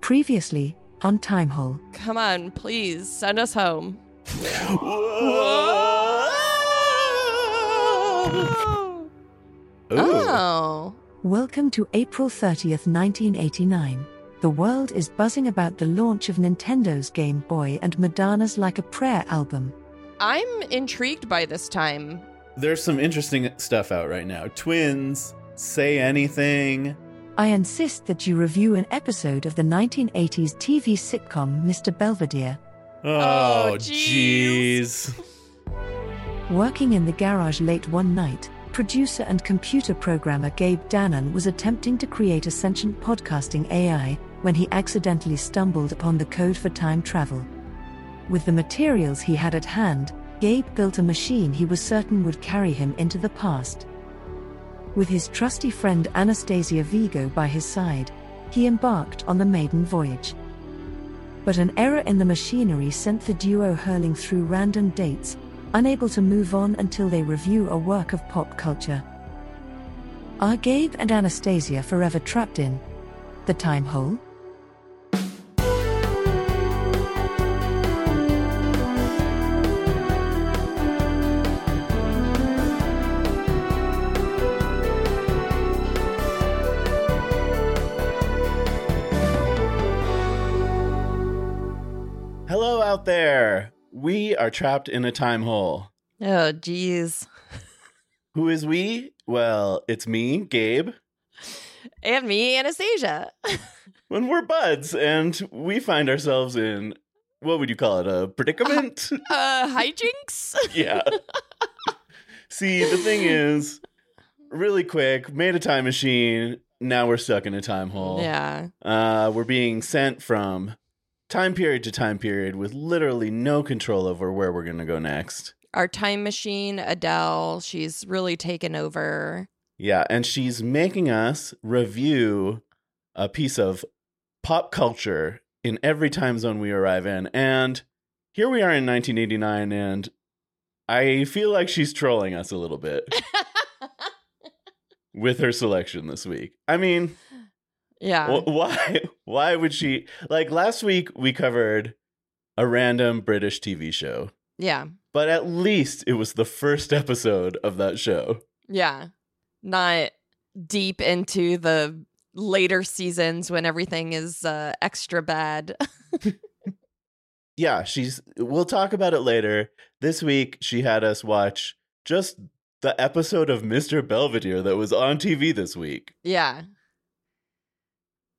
Previously on Timehole. Come on, please send us home. Oh. Welcome to April 30th, 1989. The world is buzzing about the launch of Nintendo's Game Boy and Madonna's Like a Prayer album. I'm intrigued by this time. There's some interesting stuff out right now. Twins, say anything. I insist that you review an episode of the 1980s TV sitcom Mr. Belvedere. Oh, Oh, jeez. jeez. Working in the garage late one night, producer and computer programmer Gabe Dannon was attempting to create a sentient podcasting AI when he accidentally stumbled upon the code for time travel. With the materials he had at hand, Gabe built a machine he was certain would carry him into the past. With his trusty friend Anastasia Vigo by his side, he embarked on the maiden voyage. But an error in the machinery sent the duo hurling through random dates, unable to move on until they review a work of pop culture. Are Gabe and Anastasia forever trapped in the time hole? Hello out there. We are trapped in a time hole. Oh, jeez. Who is we? Well, it's me, Gabe, And me, Anastasia. when we're buds and we find ourselves in what would you call it? A predicament? Uh, hijinks? yeah. See, the thing is, really quick, made a time machine. Now we're stuck in a time hole. Yeah. Uh, we're being sent from time period to time period with literally no control over where we're going to go next. Our time machine, Adele, she's really taken over. Yeah, and she's making us review a piece of pop culture in every time zone we arrive in. And here we are in 1989, and I feel like she's trolling us a little bit with her selection this week. I mean, yeah. wh- why? Why would she? Like last week, we covered a random British TV show, yeah. but at least it was the first episode of that show. Yeah. Not deep into the later seasons when everything is uh, extra bad. yeah, she's we'll talk about it later. This week she had us watch just the episode of Mr. Belvedere that was on TV this week. Yeah.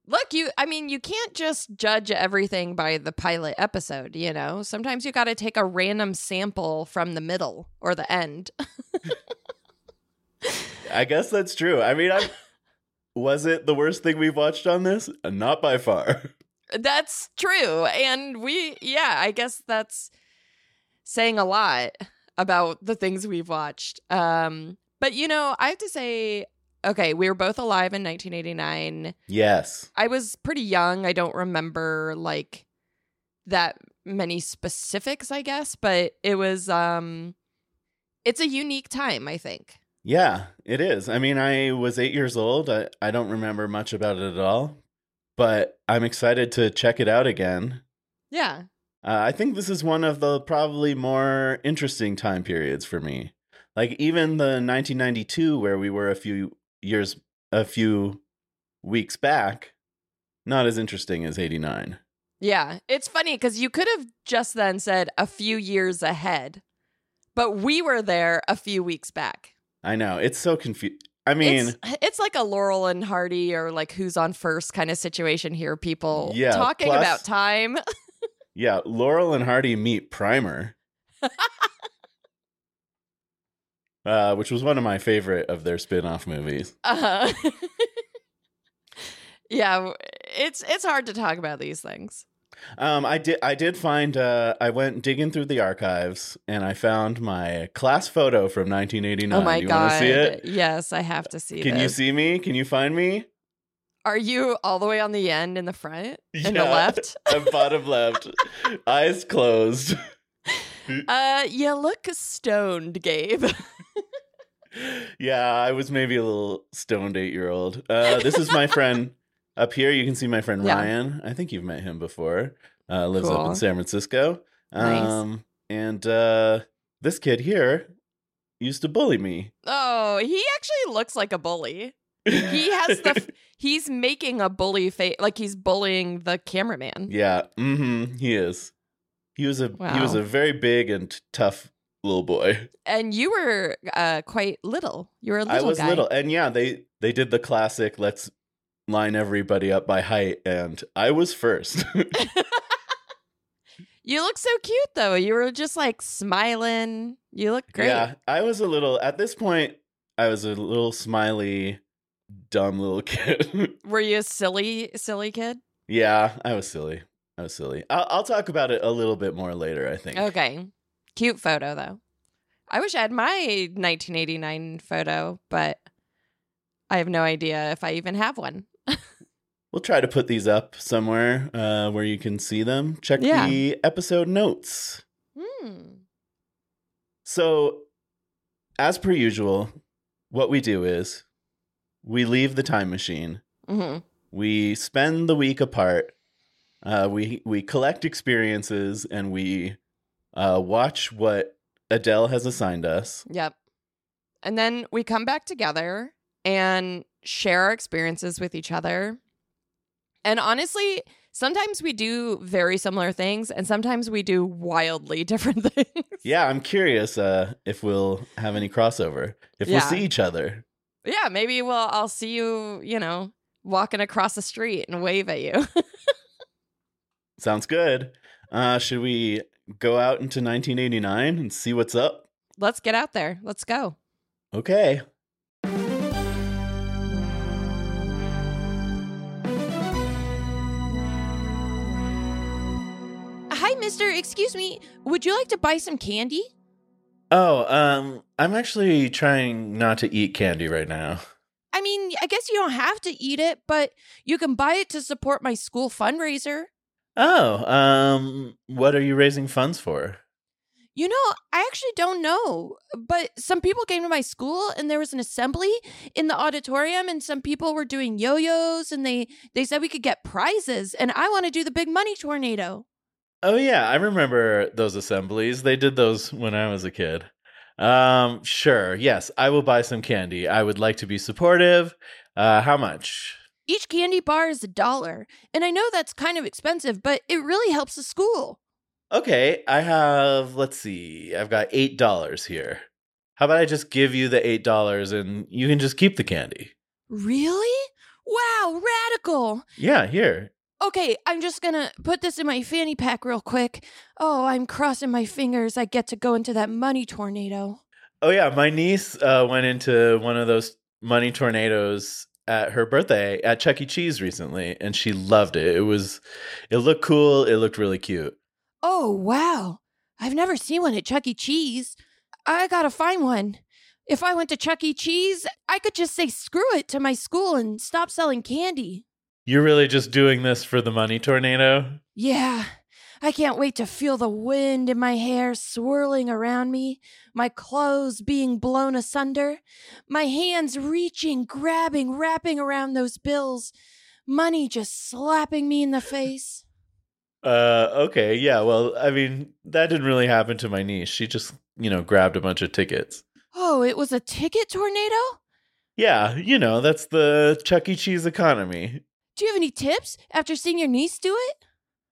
Look, you I mean, you can't just judge everything by the pilot episode, you know? Sometimes you got to take a random sample from the middle or the end. I guess that's true. I mean, I was it the worst thing we've watched on this? Not by far. That's true. And we yeah, I guess that's saying a lot about the things we've watched. Um but you know, I have to say okay, we were both alive in 1989. Yes. I was pretty young. I don't remember like that many specifics, I guess, but it was um it's a unique time, I think. Yeah, it is. I mean, I was 8 years old. I, I don't remember much about it at all, but I'm excited to check it out again. Yeah. Uh, I think this is one of the probably more interesting time periods for me. Like even the 1992, where we were a few years, a few weeks back, not as interesting as 89. Yeah. It's funny cuz you could have just then said a few years ahead. But we were there a few weeks back. I know it's so confusing. I mean, it's, it's like a Laurel and Hardy or like who's on first kind of situation here people Yeah, talking plus- about time. yeah, Laurel and Hardy meet Primer, uh, which was one of my favorite of their spin-off movies. Uh, yeah, it's it's hard to talk about these things. Um, I did. I did find. Uh, I went digging through the archives, and I found my class photo from 1989. oh my Do you god! wanna see it? Yes, I have to see. Can you this. see me? Can you find me? Are you all the way on the end in the front in the Yeah. left? I'm bottom left, eyes closed. Uh, you look stoned, Gabe. yeah, I was maybe a little stoned eight year old. Uh, this is my friend. Up here, you can see my friend Yeah. Ryan. I think you've met him before. Uh, lives up in Cool. San Francisco. Um, Nice. And uh, this kid here used to bully me. Oh, he actually looks like a bully. He has the f- he's making a bully face like he's bullying the cameraman. yeah. Mm-hmm. He is. He was a he was Wow. a very big and t- tough little boy. And you were uh quite little. You were a little I was guy. little, and yeah, they they did the classic. Let's line everybody up by height, and I was first. You look so cute though. You were just like smiling. You look great. Yeah, I was a little at this point. I was a little smiley, dumb little kid. Were you a silly silly kid? yeah, I was silly. I was silly. I'll, I'll talk about it a little bit more later. I think. Okay. Cute photo though. I wish I had my 1989 photo, but I have no idea if I even have one. We'll try to put these up somewhere uh, where you can see them. Check Yeah. the episode notes. Hmm. So, as per usual, what we do is we leave the time machine hmm we spend the week apart uh, we we collect experiences and we uh, watch what adele has assigned us Yep. And then we come back together and share our experiences with each other. And honestly, sometimes we do very similar things and sometimes we do wildly different things. yeah i'm curious uh, if we'll have any crossover if Yeah. we'll see each other Yeah, maybe we'll I'll see you, you know, walking across the street and wave at you. sounds good uh, should we go out into 1989 and see what's up Let's get out there. Let's go. okay Hi, mister. Excuse me. Would you like to buy some candy? oh um i'm actually trying not to eat candy right now I mean, I guess you don't have to eat it, but you can buy it to support my school fundraiser. oh um what are you raising funds for You know, I actually don't know, but some people came to my school and there was an assembly in the auditorium and some people were doing yo-yos and they they said we could get prizes and I want to do the big money tornado. Oh yeah, I remember those assemblies. They did those when I was a kid. Um, sure. Yes, I will buy some candy. I would like to be supportive. Uh, how much? Each candy bar is a dollar, and I know that's kind of expensive, but it really helps the school. Okay, I have. Let's see. I've got eight dollars here. How about I just give you the eight dollars and you can just keep the candy? Really? Wow, radical. Yeah, here. Okay, I'm just gonna put this in my fanny pack real quick. Oh, I'm crossing my fingers I get to go into that money tornado. Oh yeah, my niece uh, went into one of those money tornadoes at her birthday at Chuck E. Cheese recently, and she loved it. It was, it looked cool. It looked really cute. Oh, wow. I've never seen one at Chuck E. Cheese. I gotta find one. If I went to Chuck E. Cheese, I could just say screw it to my school and stop selling candy. You're really just doing this for the money tornado? Yeah, I can't wait to feel the wind in my hair swirling around me, my clothes being blown asunder, my hands reaching, grabbing, wrapping around those bills, money just slapping me in the face. Uh okay, yeah. Well, I mean, that didn't really happen to my niece. She just, you know, grabbed a bunch of tickets. Oh, it was a ticket tornado? Yeah, you know, that's the Chuck E. Cheese economy. Do you have any tips after seeing your niece do it?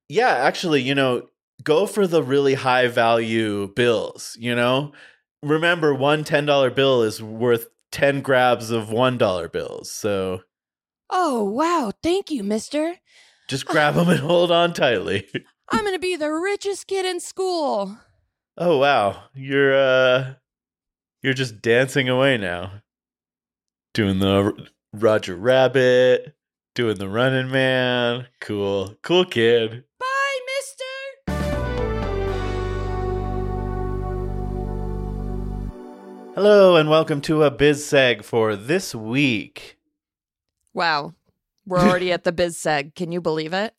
Yeah, actually, you know, go for the really high value bills, you know? Remember, one $10 bill is worth 10 grabs of $1 bills. So Oh, wow, thank you, mister. just grab them and hold on tightly. I'm gonna be the richest kid in school. Oh, wow. You're, uh, you're just dancing away now. Doing the R- Roger Rabbit, doing the Running Man. Cool. Cool kid. Bye, mister! Hello, and welcome to a biz seg for this week. Wow. We're already at the biz seg. Can you believe it?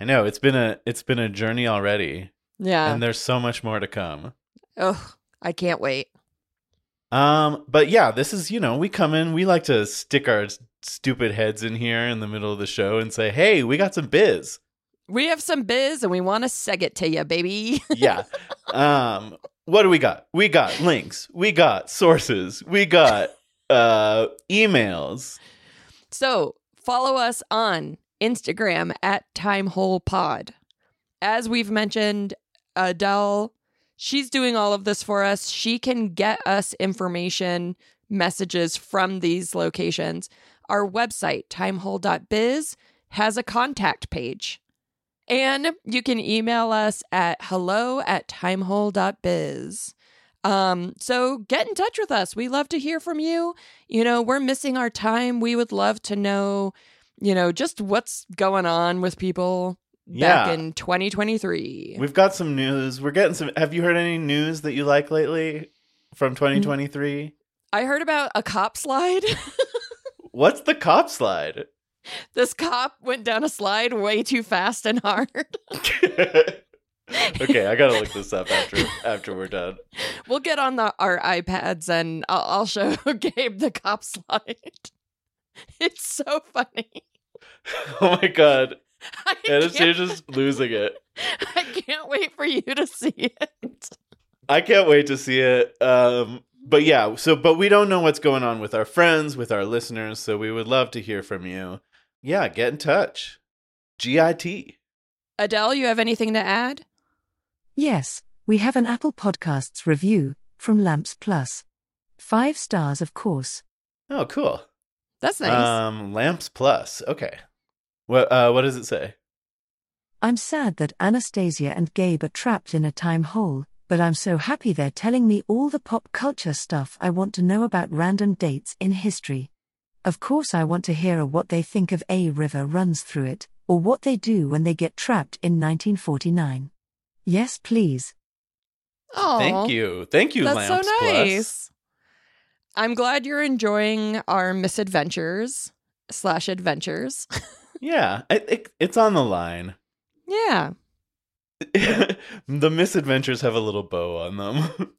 I know it's been a it's been a journey already, Yeah. and there's so much more to come. Oh, I can't wait. Um, but yeah, this is, you know, we come in, we like to stick our s- stupid heads in here in the middle of the show and say, hey, we got some biz. We have some biz and we want to seg it to you, baby. Yeah. um, what do we got? We got links, we got sources, we got uh emails. So follow us on Instagram at Timehole Pod. As we've mentioned, Adele, she's doing all of this for us. She can get us information, messages from these locations. Our website, timehole.biz, has a contact page. And you can email us at hello at timehole.biz. Um, so get in touch with us. We love to hear from you you know, we're missing our time. We would love to know, you know, just what's going on with people Yeah. back in 2023. We've got some news. We're getting some have you heard any news that you like lately from 2023? I heard about a cop slide. What's the cop slide? this cop went down a slide way too fast and hard. okay, I gotta look this up after after we're done. We'll get on the, our iPads and I'll, I'll show Gabe the cop slide. It's so funny. Oh my god. I can't, Anastasia's losing it. I can't wait for you to see it. I can't wait to see it. Um, but yeah, so but we don't know what's going on with our friends, with our listeners, so we would love to hear from you. Yeah, get in touch. GIT. Adele, you have anything to add? Yes, we have an Apple Podcasts review from Lamps Plus. Five stars, of course. Oh, cool. That's nice. Um, Lamps Plus. Okay. What uh, what does it say? I'm sad that Anastasia and Gabe are trapped in a time hole, but I'm so happy they're telling me all the pop culture stuff I want to know about random dates in history. Of course, I want to hear what they think of A River Runs Through It, or what they do when they get trapped in 1949. Yes, please. Aw. Thank you. Thank you, That's Lamps so Plus. nice. I'm glad you're enjoying our misadventures slash adventures. Yeah, it, it, it's on the line. yeah. the misadventures have a little bow on them.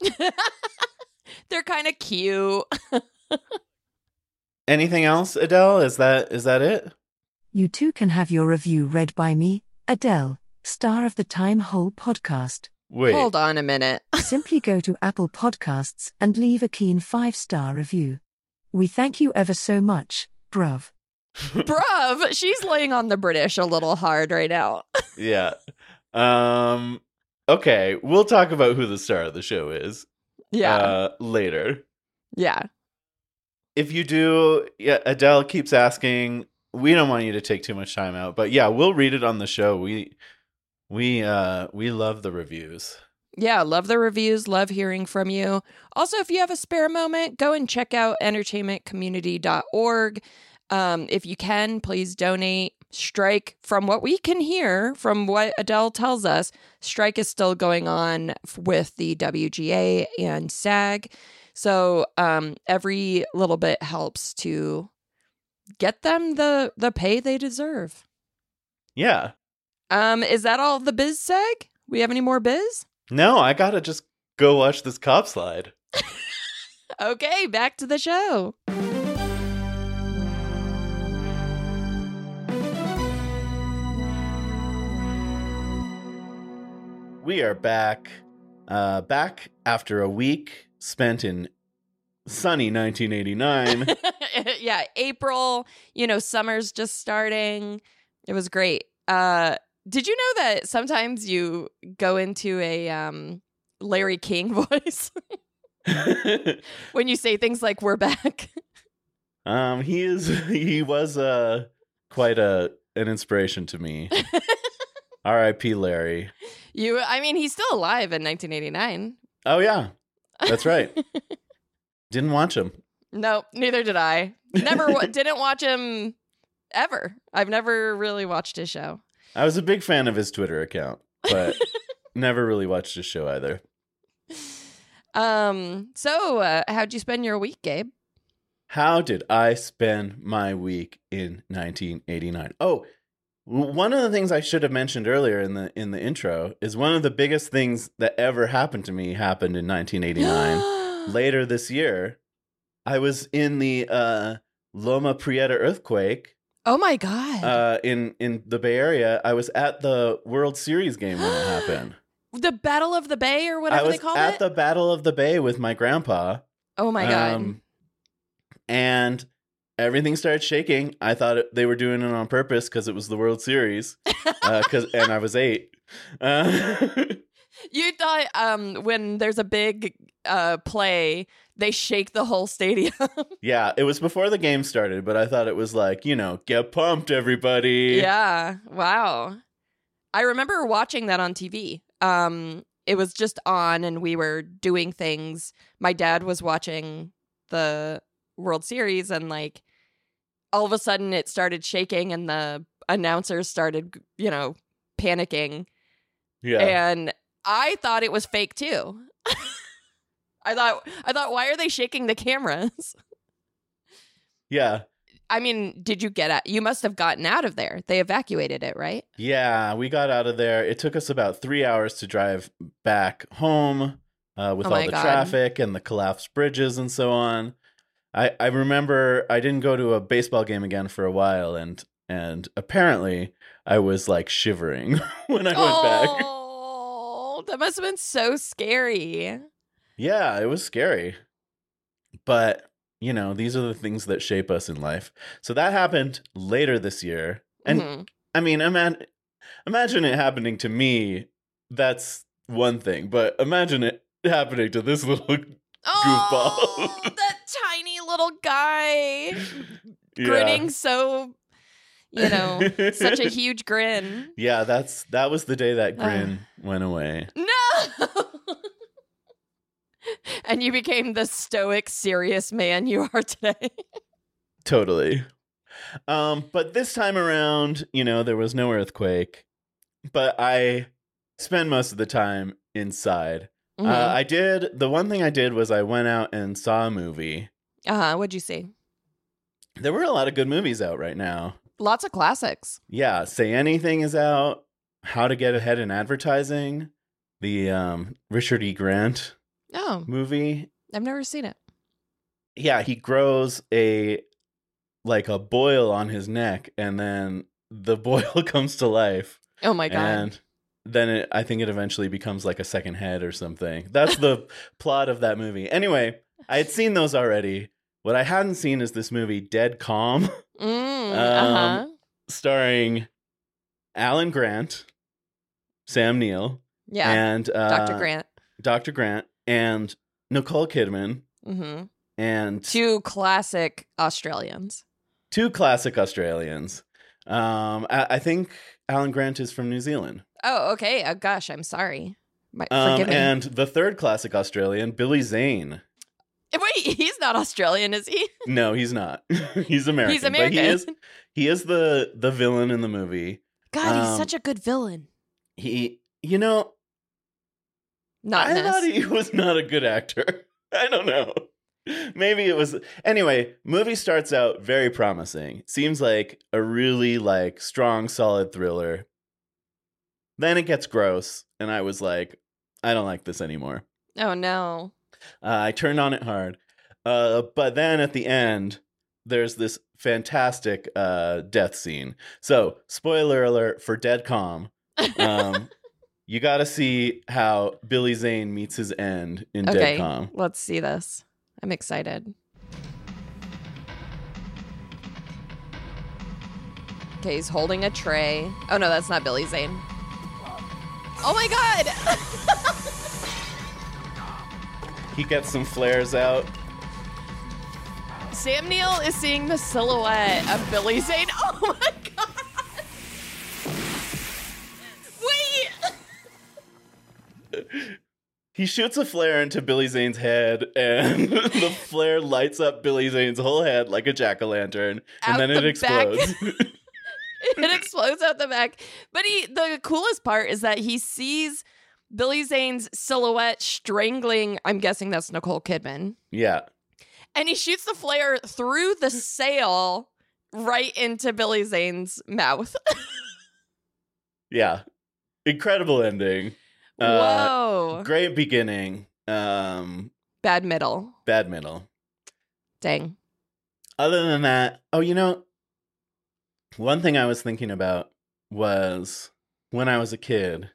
They're kind of cute. Anything else, Adele? Is that is that it? You too can have your review read by me, Adele, star of the Time Hole podcast. Wait. Hold on a minute. Simply go to Apple Podcasts and leave a keen five star review. We thank you ever so much, bruv. Bruv, she's laying on the British a little hard right now. yeah. Um okay, we'll talk about who the star of the show is Yeah. uh, later. yeah. If you do, yeah, Adele keeps asking, we don't want you to take too much time out, but yeah, we'll read it on the show. We we uh we love the reviews. Yeah, love the reviews, love hearing from you. Also, if you have a spare moment, go and check out entertainmentcommunity.org. Um, if you can, please donate. Strike, from what we can hear, from what Adele tells us, strike is still going on f- with the WGA and SAG. So um, every little bit helps to get them the the pay they deserve. Yeah. Um, is that all the biz seg? We have any more biz? No, I got to just go watch this cop slide. Okay, back to the show. We are back. Uh back after a week spent in sunny 1989. yeah, April, you know, summer's just starting. It was great. Uh did you know that sometimes you go into a um Larry King voice when you say things like we're back? Um, he is he was uh quite a an inspiration to me. R.I.P. Larry. You I mean, he's still alive in 1989. Oh yeah, that's right. Didn't watch him. No, neither did I. Never wa- didn't watch him ever. I've never really watched his show. I was a big fan of his Twitter account, but never really watched his show either. Um so uh, how'd you spend your week, Gabe? How did I spend my week in 1989? Oh, w- one of the things I should have mentioned earlier in the in the intro is one of the biggest things that ever happened to me happened in 1989. later this year, I was in the uh, Loma Prieta earthquake Oh my god. uh, in in the Bay Area. I was at the World Series game when it happened. the Battle of the Bay or whatever I was they call at it. the Battle of the Bay with my grandpa. oh my god. Um, and everything started shaking. I thought it, they were doing it on purpose because it was the World Series. Uh, 'cause- and I was eight. Uh, you thought um when there's a big uh play, they shake the whole stadium. yeah, it was before the game started, but I thought it was like, you know, get pumped, everybody. yeah. Wow. I remember watching that on TV. Um it was just on and we were doing things. My dad was watching the World Series and like all of a sudden it started shaking and the announcers started, you know, panicking. Yeah. and I thought it was fake too. I thought I thought why are they shaking the cameras? Yeah. I mean, did you get out? You must have gotten out of there. They evacuated it, right? Yeah. We got out of there. It took us about three hours to drive back home uh, with Oh all my the God. traffic and the collapsed bridges and so on. I, I remember I didn't go to a baseball game again for a while and and apparently I was like shivering when I went back. oh, that must have been so scary. Yeah, it was scary. But, you know, these are the things that shape us in life. So that happened later this year. And Mhm. I mean, imagine imagine it happening to me. That's one thing, but imagine it happening to this little oh, goofball. that tiny little guy yeah. grinning so, you know, such a huge grin. Yeah, that's that was the day that Ah. grin went away. No. and you became the stoic, serious man you are today. Totally. Um, but this time around, you know, there was no earthquake, but I spend most of the time inside. Uh, Mm-hmm. I did the one thing I did was I went out and saw a movie. uh-huh. What'd you see? There were a lot of good movies out right now. Lots of classics. Yeah, say anything is out. How to get ahead in advertising. The um, Richard E. Grant No, movie. Oh, I've never seen it. Yeah, he grows a like a boil on his neck, and then the boil comes to life, Oh my god. and then it, I think it eventually becomes like a second head or something. That's the plot of that movie. Anyway, I had seen those already. What I hadn't seen is this movie, Dead Calm, Mm, uh-huh. um, starring Alan Grant, Sam Neill, Yeah. and uh, Dr. Grant. Dr. Grant, and Nicole Kidman, hmm and two, Two classic Australians. classic Australians. Um, I, I think Alan Grant is from New Zealand. Oh, okay. Oh, gosh, I'm sorry. My, Um, forgive me. and the third classic Australian, Billy Zane. Wait, he's not Australian, is he? No, he's not. he's American. he's but American. he is he is the the villain in the movie. God, he's um, such a good villain. He, you know, Not I in this. thought he was not a good actor. I don't know. Maybe it was anyway, movie starts out very promising. Seems like a really like strong, solid thriller. Then it gets gross, and I was like, I don't like this anymore. oh no. Uh, I turned on it hard. Uh, but then at the end, there's this fantastic uh, death scene. So, spoiler alert for Dead Calm. Um, you got to see how Billy Zane meets his end in Okay. Dead Calm. Let's see this. I'm excited. Okay, he's holding a tray. Oh no, that's not Billy Zane. Oh my god! He gets some flares out. Sam Neill is seeing the silhouette of Billy Zane. Oh my god! Wait! He shoots a flare into Billy Zane's head, and the flare lights up Billy Zane's whole head like a jack o' lantern, and Out then it the back. explodes. it explodes out the back. But he the coolest part is that he sees Billy Zane's silhouette strangling, I'm guessing that's Nicole Kidman. yeah. And he shoots the flare through the sail right into Billy Zane's mouth. Yeah. Incredible ending. Uh, Whoa. great beginning. Um, Bad middle. Bad middle. Dang. Other than that, oh, you know, one thing I was thinking about was when I was a kid,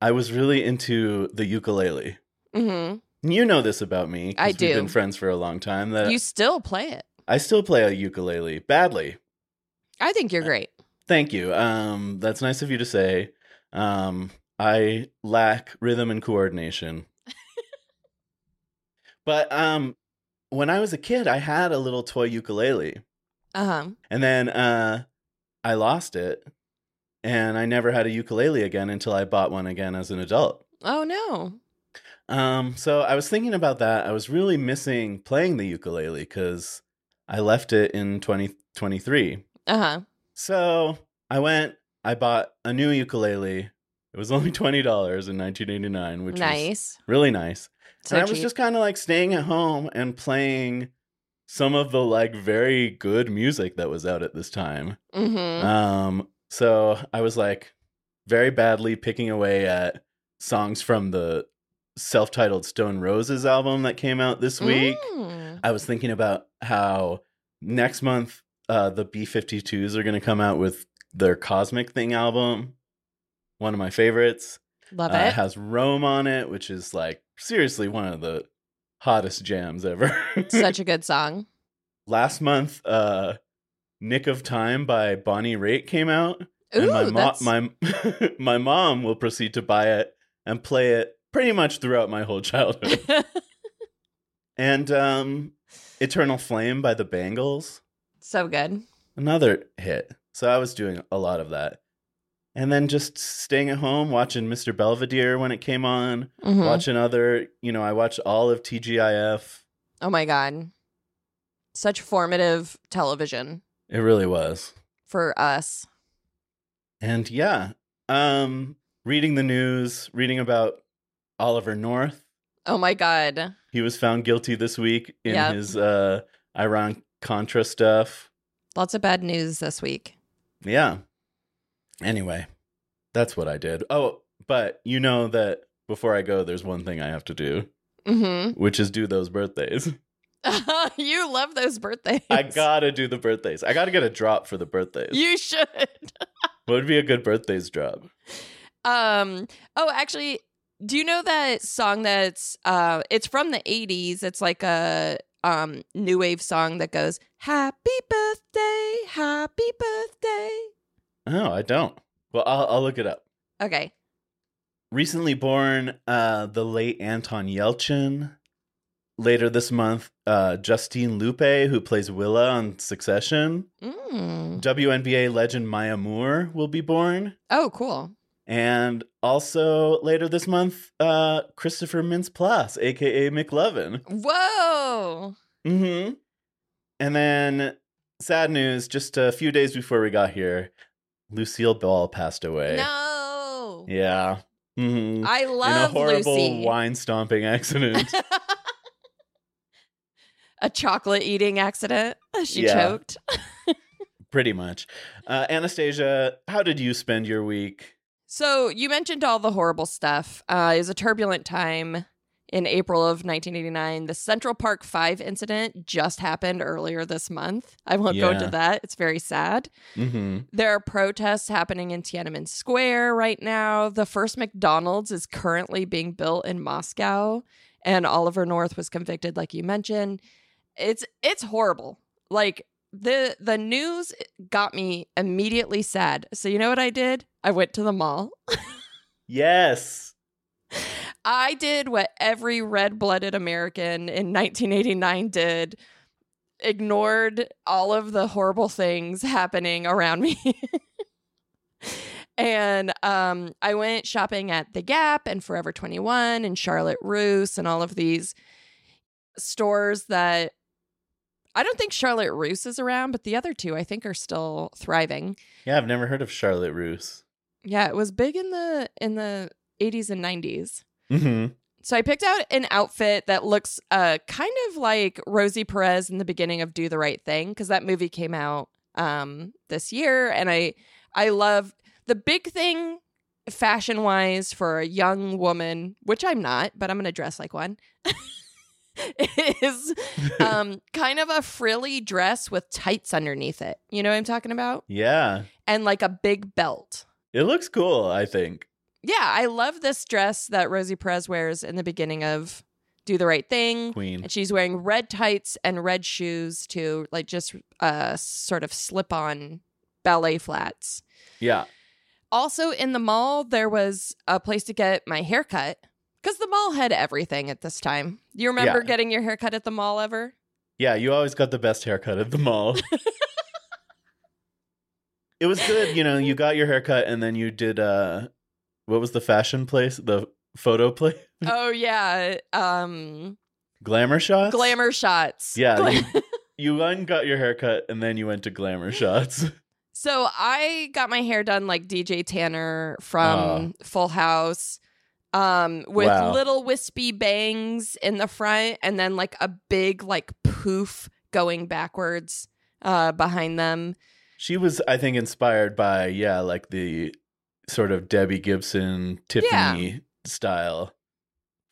I was really into the ukulele. hmm You know this about me. 'cause I we've do. been friends for a long time. That you still play it. I still play a ukulele badly. I think uh, you're great. Thank you. Um, that's nice of you to say. Um, I lack rhythm and coordination. but um, when I was a kid, I had a little toy ukulele, Uh huh. and then uh, I lost it, and I never had a ukulele again until I bought one again as an adult. Oh no. Um, so I was thinking about that. I was really missing playing the ukulele because I left it in 2023. Uh huh. So I went, I bought a new ukulele. It was only $20 in 1989, which was Nice. really nice. So and I was cheap. just kind of like staying at home and playing some of the like very good music that was out at this time. Mhm. Um, so I was like very badly picking away at songs from the self-titled Stone Roses album that came out this week. Mm. I was thinking about how next month uh, the B52s are going to come out with their Cosmic Thing album, one of my favorites. Love Uh, it. it has Rome on it, which is like seriously one of the hottest jams ever. Such a good song. Last month, uh, Nick of Time by Bonnie Raitt came out Ooh, and my mom that's my my mom will proceed to buy it and play it pretty much throughout my whole childhood. and um Eternal Flame by the Bangles, so good. another hit. So I was doing a lot of that. And then just staying at home watching Mr. Belvedere when it came on, Mhm. watching other, you know, I watched all of TGIF. Oh my god. Such formative television It really was. for us. And yeah, um reading the news, reading about Oliver North Oh my god. He was found guilty this week in Yep. his uh, Iran Contra stuff. Lots of bad news this week. Yeah. Anyway, that's what I did. Oh, but you know that before I go, there's one thing I have to do, Mhm. which is do those birthdays. you love those birthdays. I gotta do the birthdays. I gotta get a drop for the birthdays. You should. what would be a good birthdays drop? Um. Oh, actually, do you know that song? That's uh, it's from the '80s. It's like a um new wave song that goes "Happy Birthday, Happy Birthday." Oh, I don't. Well, I'll, I'll look it up. Okay. Recently born, uh, the late Anton Yelchin. Later this month, uh, Justine Lupe, who plays Willa on Succession. Mm. WNBA legend Maya Moore will be born. Oh, cool. And also later this month, uh, Christopher Mintz Plus, aka McLovin. Whoa. Mm-hmm. And then sad news, just a few days before we got here, Lucille Ball passed away. No. Yeah. hmm I In a love horrible Lucy. wine stomping accident. a chocolate eating accident. She Yeah. choked. Pretty much. Uh, Anastasia, how did you spend your week? So you mentioned all the horrible stuff. Uh, it was a turbulent time in April of 1989. The Central Park Five incident just happened earlier this month. I won't go into Yeah. that. It's very sad. Mm-hmm. There are protests happening in Tiananmen Square right now. The first McDonald's is currently being built in Moscow, and Oliver North was convicted, like you mentioned. It's it's horrible. Like the the news got me immediately sad. So you know what I did? I went to the mall. Yes. I did what every red blooded American in 1989 did ignored all of the horrible things happening around me. and um, I went shopping at The Gap and Forever 21 and Charlotte Roos and all of these stores that I don't think Charlotte Roos is around, but the other two I think are still thriving. Yeah, I've never heard of Charlotte Roos. Yeah, it was big in the in the 80s and 90s. Mm-hmm. So I picked out an outfit that looks uh, kind of like Rosie Perez in the beginning of Do the Right Thing because that movie came out um, this year, and I I love the big thing fashion wise for a young woman, which I'm not, but I'm gonna dress like one. is um, kind of a frilly dress with tights underneath it. You know what I'm talking about? Yeah. And like a big belt. It looks cool, I think. Yeah, I love this dress that Rosie Perez wears in the beginning of Do the Right Thing. Queen. And she's wearing red tights and red shoes to like just uh sort of slip on ballet flats. Yeah. Also in the mall there was a place to get my haircut cuz the mall had everything at this time. You remember Yeah. getting your haircut at the mall ever? Yeah, you always got the best haircut at the mall. it was good, you know, you got your haircut and then you did uh what was the fashion place? The photo play? oh yeah, um Glamour shots? glamour shots. Yeah, Gla- You ungot your haircut and then you went to glamour shots. So I got my hair done like DJ Tanner from Full House um with Wow. little wispy bangs in the front and then like a big like poof going backwards uh behind them. She was, I think, inspired by, yeah, like the sort of Debbie Gibson, Tiffany style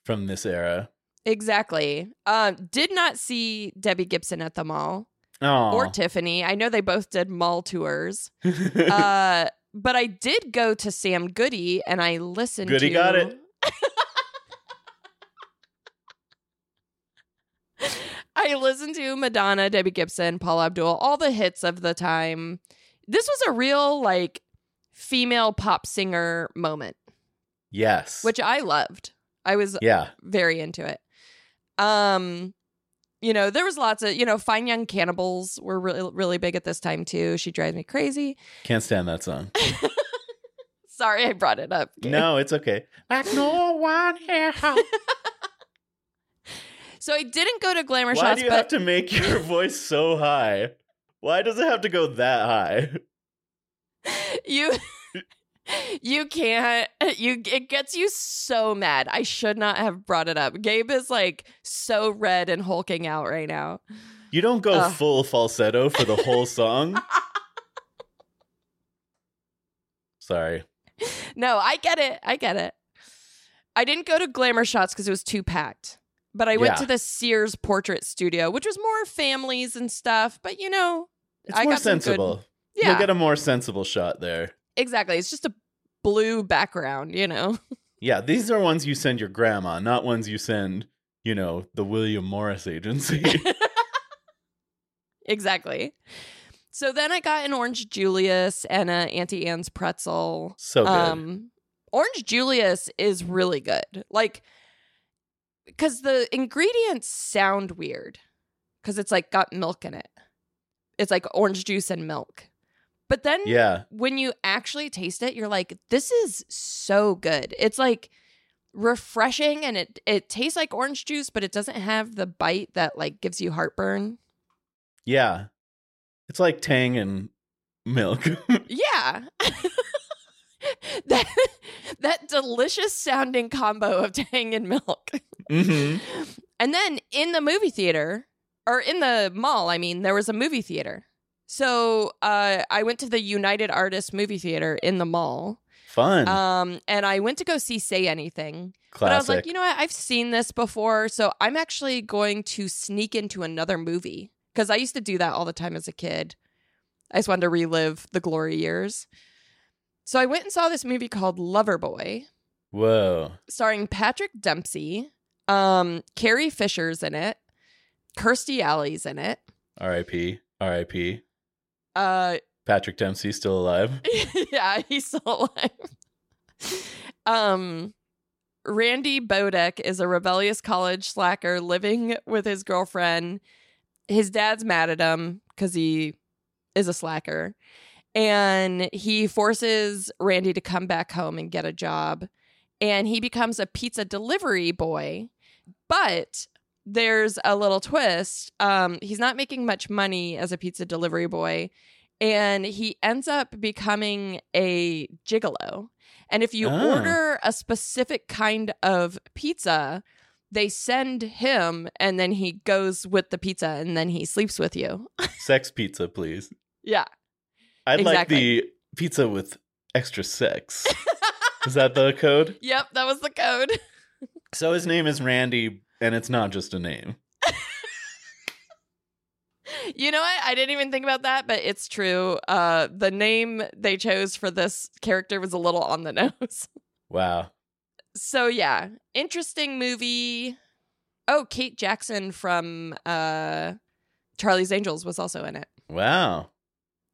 from this era. Exactly. Um did not see Debbie Gibson at the mall Oh, or Tiffany. I know they both did mall tours. Uh but I did go to Sam Goody and I listened Goody to got it. I listened to Madonna, Debbie Gibson, Paul Abdul, all the hits of the time. This was a real like female pop singer moment, yes. which I loved. I was yeah. very into it. Um you know, there was lots of, you know, Fine Young Cannibals were really really big at this time too. She drives me crazy. Can't stand that song. Sorry I brought it up. No, it's okay. Like no one here. So I didn't go to Glamour Why Shots, do you but have to make your voice so high? Why does it have to go that high? you you can't you it gets you so mad i should not have brought it up gabe is like so red and hulking out right now You don't go Ugh. full falsetto for the whole song. Sorry. no i get it i get it i didn't go to glamour shots because it was too packed but i went Yeah. to the sears portrait studio which was more families and stuff but you know It's I more got some good- sensible. yeah You'll get a more sensible shot there. exactly it's just a blue background you know Yeah, these are ones you send your grandma, not ones you send, you know, the William Morris agency. exactly so then i got an orange julius and a auntie anne's pretzel so good. Um, Orange Julius is really good. Like, because the ingredients sound weird, because it's like got milk in it. It's like orange juice and milk. But then yeah. when you actually taste it, you're like, this is so good. It's like refreshing and it, it tastes like orange juice, but it doesn't have the bite that like gives you heartburn. Yeah. It's like tang and milk. Yeah. that that delicious sounding combo of tang and milk. Mm-hmm. hmm And then in the movie theater, or in the mall, I mean, there was a movie theater. So uh, I went to the United Artists movie theater in the mall, Fun. um, and I went to go see Say Anything. But I was Classic. like, you know what? I've seen this before, so I'm actually going to sneak into another movie because I used to do that all the time as a kid. I just wanted to relive the glory years. So I went and saw this movie called Loverboy, Whoa. starring Patrick Dempsey. Um, Carrie Fisher's in it. Kirstie Alley's in it. R.I.P. R.I.P. Uh, Patrick Dempsey still alive. yeah, he's still alive. um, Randy Bodek is a rebellious college slacker living with his girlfriend. His dad's mad at him because he is a slacker. And he forces Randy to come back home and get a job. And he becomes a pizza delivery boy. But there's a little twist. Um, he's not making much money as a pizza delivery boy and he ends up becoming a gigolo. And if you Oh. order a specific kind of pizza, they send him and then he goes with the pizza and then he sleeps with you. Sex pizza, please. yeah. I'd like Exactly. the pizza with extra sex. Is that the code? Yep, that was the code. So his name is Randy, and it's not just a name. You know what? I didn't even think about that, but it's true. Uh, the name they chose for this character was a little on the nose. Wow. So yeah, interesting movie. Oh, Kate Jackson from uh, Charlie's Angels was also in it. Wow.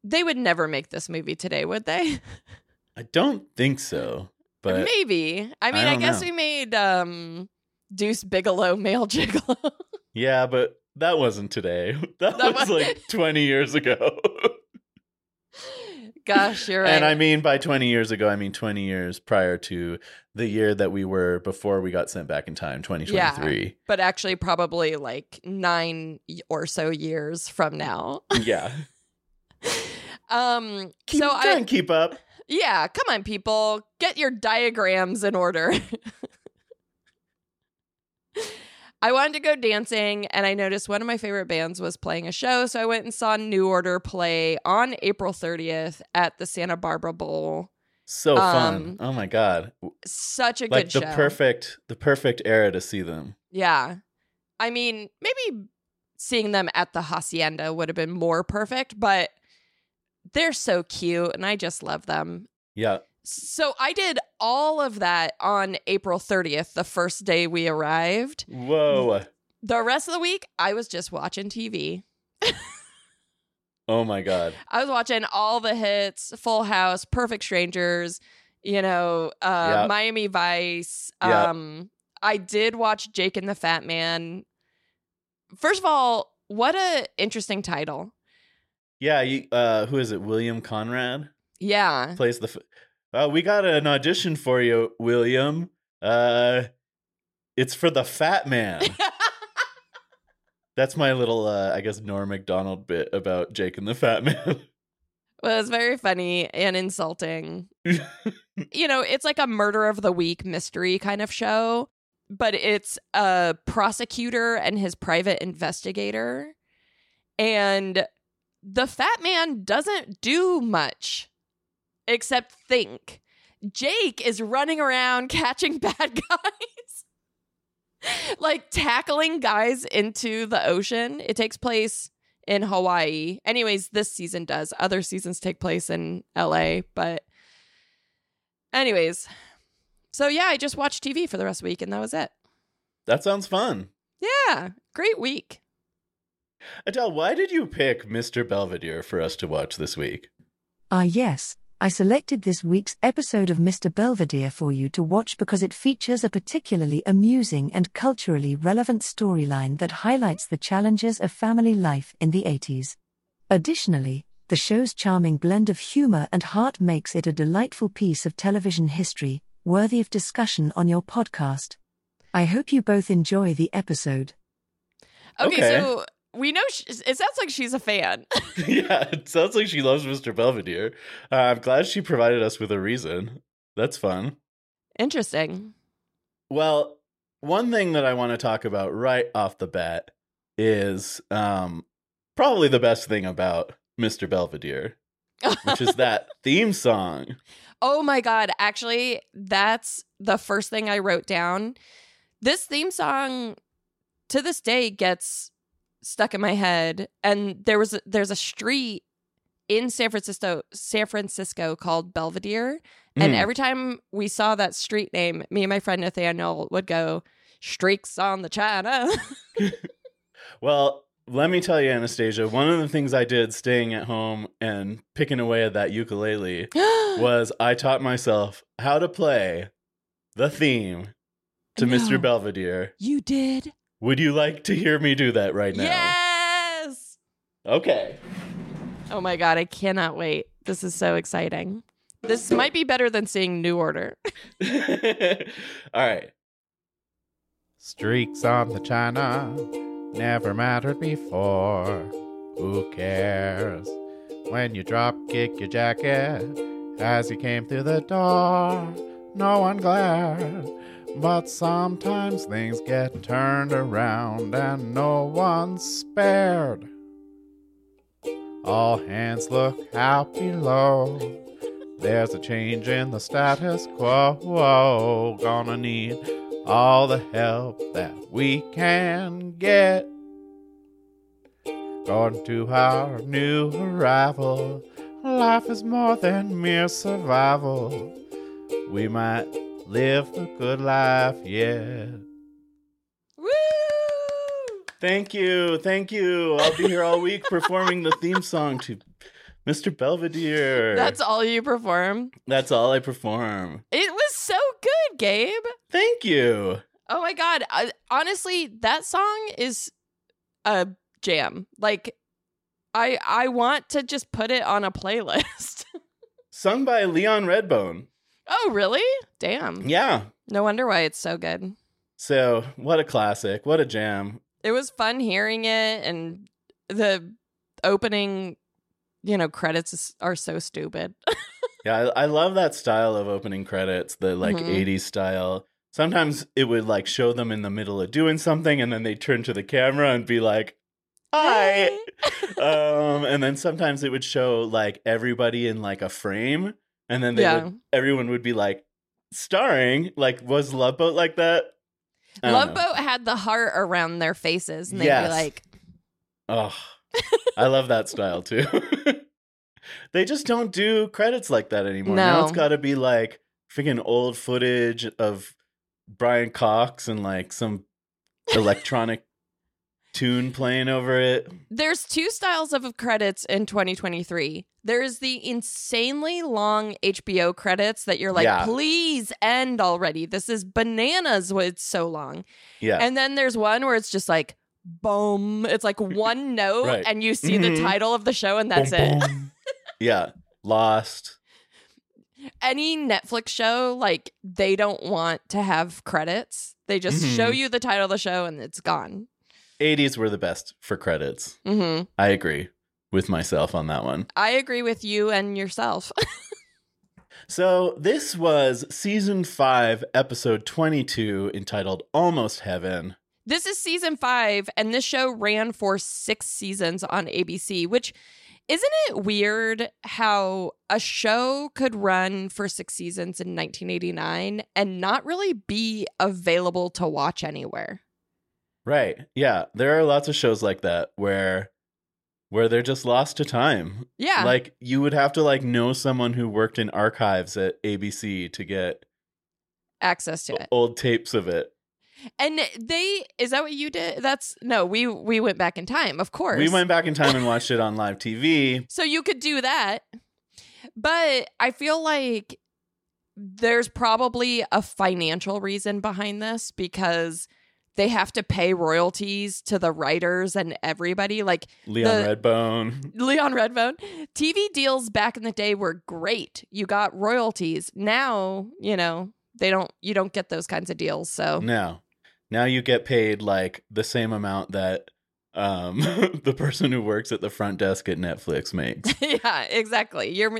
They would never make this movie today, would they? I don't think so, but Maybe. I mean, I, don't guess know. we made um, Deuce Bigelow male gigolo. yeah, but that wasn't today. That, That was wa- like 20 years ago. Gosh, you're right. And I mean by 20 years ago, I mean 20 years prior to the year that we were before we got sent back in time, 2023. but actually, probably like nine y- or so years from now. Yeah. Um, Keep so try I, and keep up. yeah, come on, people, get your diagrams in order. I wanted to go dancing, and I noticed one of my favorite bands was playing a show. So I went and saw New Order play on April 30th at the Santa Barbara Bowl. So Um, fun. Oh my god. Such a Like good the show. perfect the perfect era to see them. Yeah. I mean, maybe seeing them at the hacienda would have been more perfect, but they're so cute and I just love them. Yeah. So I did all of that on April 30th, the first day we arrived. Whoa. The rest of the week, I was just watching TV. Oh my god. I was watching all the hits, Full House, Perfect Strangers, you know, uh Yeah. Miami Vice. Yeah. Um I did watch Jake and the Fat Man. First of all, what a interesting title. Yeah, you, uh who is it? William Conrad Yeah. plays the f- uh, we got an audition for you, William. Uh it's for the fat man. That's my little uh I guess Norm MacDonald bit about Jake and the Fat Man. was very funny and insulting. you know, it's like a murder of the week mystery kind of show, but it's a prosecutor and his private investigator. And the fat man doesn't do much except think. Jake is running around catching bad guys, like tackling guys into the ocean. It takes place in Hawaii. Anyways, this season does. Other seasons take place in LA, but anyways. So yeah, I just watched TV for the rest of the week and that was it. that sounds fun. Yeah, great week. Adele, why did you pick Mr. Belvedere for us to watch this week? Ah, yes, I selected this week's episode of Mr. Belvedere for you to watch because it features a particularly amusing and culturally relevant storyline that highlights the challenges of family life in the 80s. Additionally, the show's charming blend of humor and heart makes it a delightful piece of television history, worthy of discussion on your podcast. I hope you both enjoy the episode. Okay, Okay. so we know she, it sounds like she's a fan. yeah, it sounds like she loves Mr. Belvedere. Uh, I'm glad she provided us with a reason. That's fun. Interesting. Well, one thing that I want to talk about right off the bat is um, probably the best thing about Mr. Belvedere, which is that theme song. Oh my God. Actually, that's the first thing I wrote down. This theme song to this day gets stuck in my head. And there was a, there's a street in San Francisco, San Francisco called Belvedere. And Mm. every time we saw that street name, me and my friend Nathaniel would go, Streaks on the China. Well, let me tell you, Anastasia, one of the things I did staying at home and picking away at that ukulele was I taught myself how to play the theme to No. Mr. Belvedere. You did? Would you like to hear me do that right now? Yes. Okay. Oh my God. I cannot wait. This is so exciting. This might be better than seeing New Order. All right. Streaks on the china never mattered before. Who cares? When you drop kick your jacket as you came through the door, no one glared. But sometimes things get turned around and no one's spared. All hands look out below. There's a change in the status quo. Gonna need a all the help that we can get. Going to our new arrival, life is more than mere survival. We might live the good life yet. Woo! Thank you. Thank you. I'll be here all week performing the theme song to Mr. Belvedere. That's all you perform. That's all I perform. It was so good, Gabe. Thank you. Oh my god! I, honestly, that song is a jam. Like, I I want to just put it on a playlist. Sung by Leon Redbone. oh really? Damn. Yeah. No wonder why it's so good. So, what a classic. What a jam. It was fun hearing it, and the opening, you know, credits is- are so stupid. Yeah, I, I love that style of opening credits, the like Mhm. 80s style. Sometimes it would like show them in the middle of doing something and then they turn to the camera and be like, hi. um, and then sometimes it would show like everybody in like a frame and then they Yeah. would, everyone would be like starring. Like, was Love Boat like that? I don't Love know. Boat had the heart around their faces, and they'd Yes. be like, Oh, I love that style too. they just don't do credits like that anymore. Now No. it's got to be like freaking old footage of Brian Cox and like some electronic tune playing over it. There's two styles of credits in 2023. There's the insanely long HBO credits that you're like, Yeah. please end already. This is bananas. why It's so long. Yeah. And then there's one where it's just like, boom. It's like one note, Right. and you see Mhm. the title of the show, and that's it. yeah. Lost. Any Netflix show, like, they don't want to have credits. They just Mhm. show you the title of the show, and it's gone. 80s were the best for credits. hmm I agree with myself on that one. I agree with you and yourself. So, this was season 5, episode 22, entitled Almost Heaven. This is season five, and this show ran for six seasons on ABC, which isn't it weird how a show could run for six seasons in 1989 and not really be available to watch anywhere? Right. Yeah, there are lots of shows like that where where they're just lost to time. Yeah. Like you would have to like know someone who worked in archives at ABC to get access to it. old tapes of it. And they is that what you did? That's no, we we went back in time, of course. We went back in time and watched it on live TV. So you could do that. But I feel like there's probably a financial reason behind this because they have to pay royalties to the writers and everybody. Like Leon The- Redbone. Leon Redbone, TV deals back in the day were great. You got royalties. Now, you know, they don't you don't get those kinds of deals. So Now. Now you get paid like the same amount that um the person who works at the front desk at Netflix makes. yeah, exactly. You're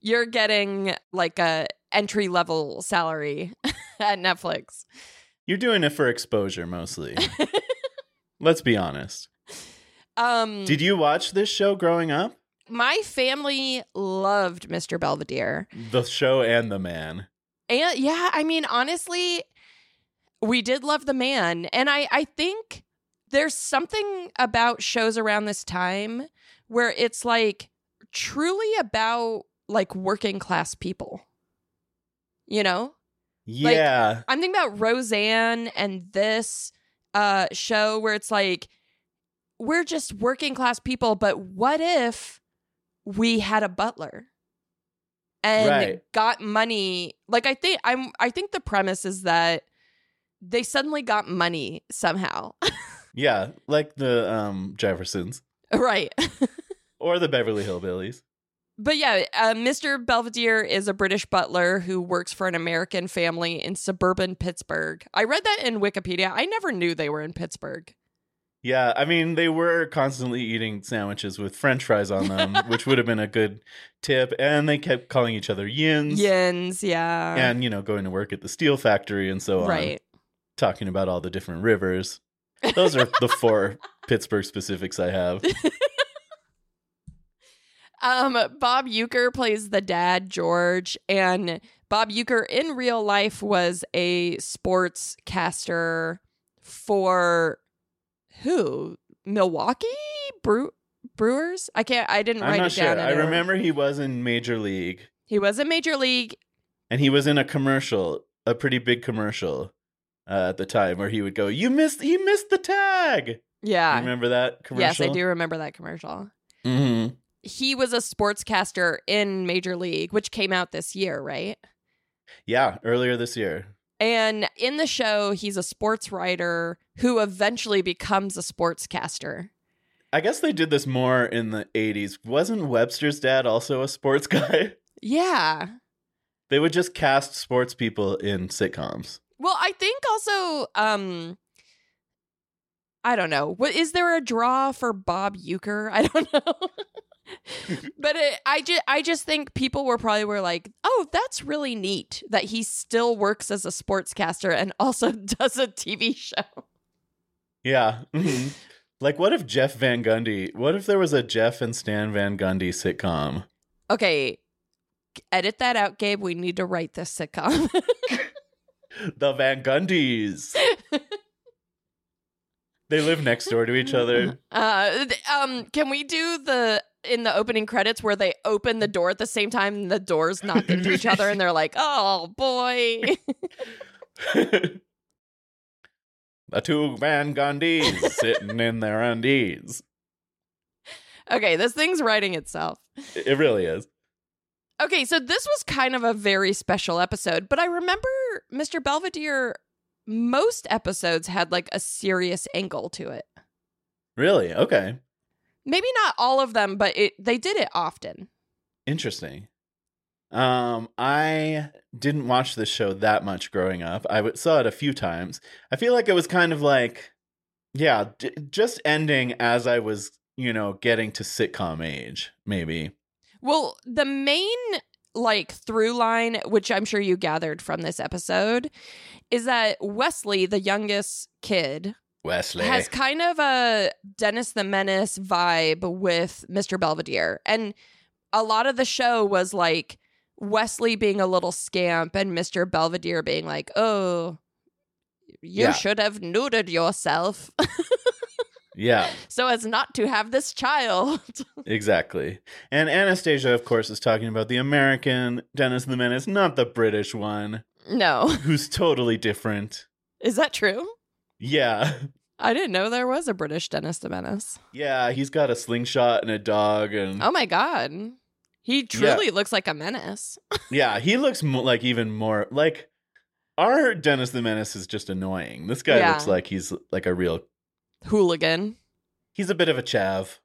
you're getting like a entry level salary at Netflix. You're doing it for exposure mostly. Let's be honest. Um Did you watch this show growing up? my family loved Mr. Belvedere. The show and the man. And yeah, I mean, honestly, we did love the man. And I, I think there's something about shows around this time where it's like truly about like working class people. You know? Like- Yeah. I'm thinking about Roseanne and this uh show where it's like we're just working class people, but what if we had a butler and Right. got money? Like I think I'm I think the premise is that they suddenly got money somehow. yeah. Like the um Jeffersons right. or the Beverly Hillbillies. But yeah, uh, Mr. Belvedere is a British butler who works for an American family in suburban Pittsburgh. I read that in Wikipedia. I never knew they were in Pittsburgh. Yeah. I mean, they were constantly eating sandwiches with french fries on them, which would have been a good tip. And they kept calling each other yins. Yins, yeah. And, you know, going to work at the steel factory and so on. right. Talking about all the different rivers. Those are the four Pittsburgh specifics I have. Um, Bob Euchre plays the dad, George, and Bob Euchre in real life was a sportscaster for who? Milwaukee Brew- Brewers? I can't. I didn't write I'm not it sure. down. I anywhere. remember he was in Major League he was in Major League. and he was in a commercial, a pretty big commercial uh, at the time where he would go, "You missed. He missed the tag." You Yeah. remember that Yes, commercial? I do remember that commercial. hmm He was a sportscaster in Major League, which came out this year, right? Yeah, earlier this year. And in the show, he's a sports writer who eventually becomes a sportscaster. I guess they did this more in the 80s. Wasn't Webster's dad also a sports guy? Yeah. They would just cast sports people in sitcoms. Well, I think also, um, I don't know. What is there a draw for Bob Euchre? I don't know. but it, I just, I just think people were probably were like, oh, that's really neat that he still works as a sportscaster and also does a TV show. Yeah. Mhm. like, what if Jeff Van Gundy, what if there was a Jeff and Stan Van Gundy sitcom? Okay, edit that out, Gabe. We need to write this sitcom. The Van Gundys. they live next door to each other. Uh, th- um, can we do the in the opening credits where they open the door at the same time and the doors knock into each other and they're like, "Oh boy." the two Van Gundys sitting in their undies. okay, this thing's writing itself. It it really is. Okay, so this was kind of a very special episode, but I remember Mr. Belvedere most episodes had like a serious angle to it. Really? Okay. Maybe not all of them, but it they did it often. Interesting. Um, I didn't watch this show that much growing up. I w- saw it a few times. I feel like it was kind of like, yeah, d- just ending as I was, you know, getting to sitcom age, maybe. Well, the main like through line, which I'm sure you gathered from this episode, is that Wesley, the youngest kid, Wesley. has kind of a Dennis the Menace vibe with Mr. Belvedere. And a lot of the show was like Wesley being a little scamp and Mr. Belvedere being like, oh, you Yeah. should have neutered yourself yeah, so as not to have this child. exactly. And Anastasia, of course, is talking about the American Dennis the Menace, not the British one, no. who's totally different. Is that true? Yeah. I didn't know there was a British Dennis the Menace. Yeah, he's got a slingshot and a dog and Oh my god. He truly looks like a menace. Yeah, he looks mo- like even more like our Dennis the Menace is just annoying. This guy Yeah. looks like he's like a real Hooligan. he's a bit of a chav.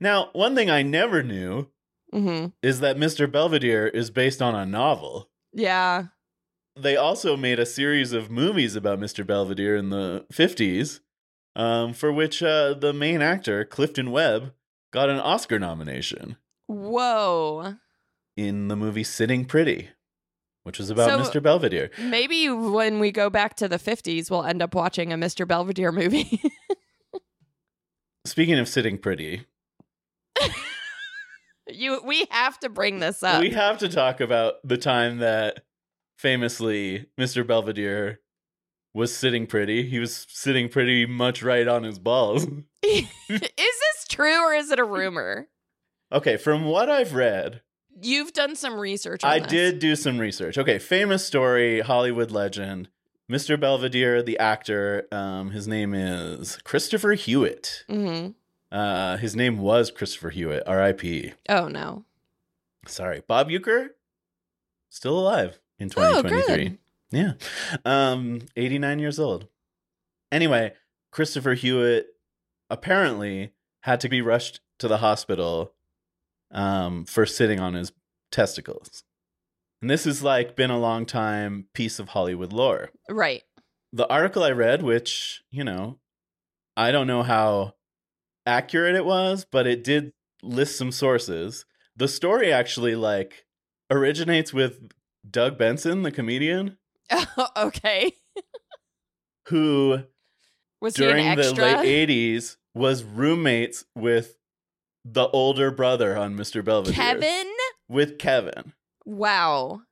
now, one thing I never knew hmm is that Mr. Belvedere is based on a novel. Yeah. They also made a series of movies about Mr. Belvedere in the 50s, um, for which uh, the main actor, Clifton Webb, got an Oscar nomination Whoa. in the movie Sitting Pretty, which was about So- Mr. Belvedere. Maybe when we go back to the 50s, we'll end up watching a Mr. Belvedere movie. Speaking of sitting pretty, you we have to bring this up. we have to talk about the time that famously Mr. Belvedere was sitting pretty. He was sitting pretty much right on his balls. is this true or is it a rumor? Okay, from what I've read, You've done some research on I this. did do some research. Okay, famous story, Hollywood legend. Mr. Belvedere, the actor, um, his name is Christopher Hewitt. Mhm. Uh, his name was Christopher Hewitt, RIP. Oh no. Sorry, Bob Euchre, still alive in Oh, 2023. good. Yeah. Um, 89 years old. Anyway, Christopher Hewitt apparently had to be rushed to the hospital um, for sitting on his testicles. And this has like been a long time piece of Hollywood lore. Right. The article I read, which, you know, I don't know how accurate it was, but it did list some sources. The story actually like originates with Doug Benson, the comedian, okay. who Was he during an the extra? late 80s was roommates with the older brother on Mr. Belvedere. Kevin with Kevin. Wow.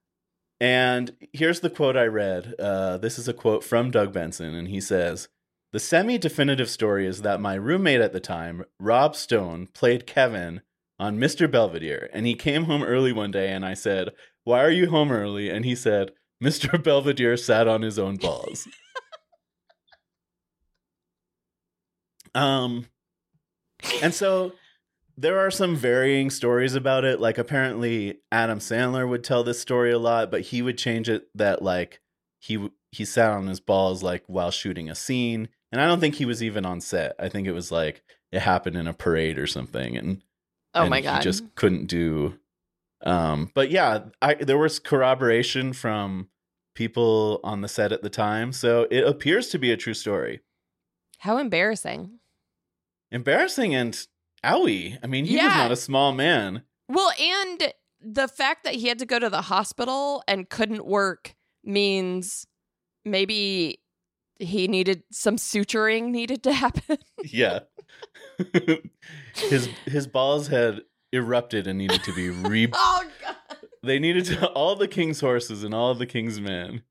And here's the quote I read. Uh, this is a quote from Doug Benson, and he says The semi definitive story is that my roommate at the time, Rob Stone, played Kevin on Mr. Belvedere, and he came home early one day, and I said, Why are you home early? And he said, Mr. Belvedere sat on his own balls. um, and so there are some varying stories about it. Like apparently Adam Sandler would tell this story a lot, but he would change it that like he w- he sat on his balls like while shooting a scene, and I don't think he was even on set. I think it was like it happened in a parade or something, and Oh and my god. he just couldn't do. Um, but yeah, I there was corroboration from people on the set at the time, so it appears to be a true story. How embarrassing. Embarrassing and owie. I mean, he was Yeah. not a small man. Well, and the fact that he had to go to the hospital and couldn't work means maybe he needed some suturing needed to happen. yeah. his his balls had erupted and needed to be re oh god. they needed to all the king's horses and all the king's men.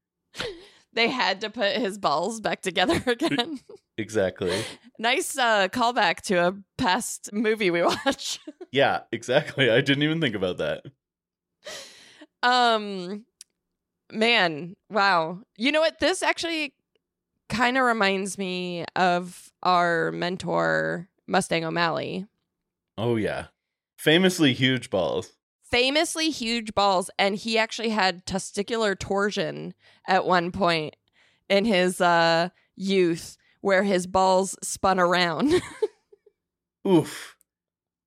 They had to put his balls back together again. Exactly. nice uh, callback to a past movie we watched. Yeah, exactly. I didn't even think about that. Um, man, wow. You know what? This actually kind of reminds me of our mentor Mustang O'Malley. Oh yeah. Famously huge balls. Famously huge balls, and he actually had testicular torsion at one point in his uh youth, where his balls spun around. Oof.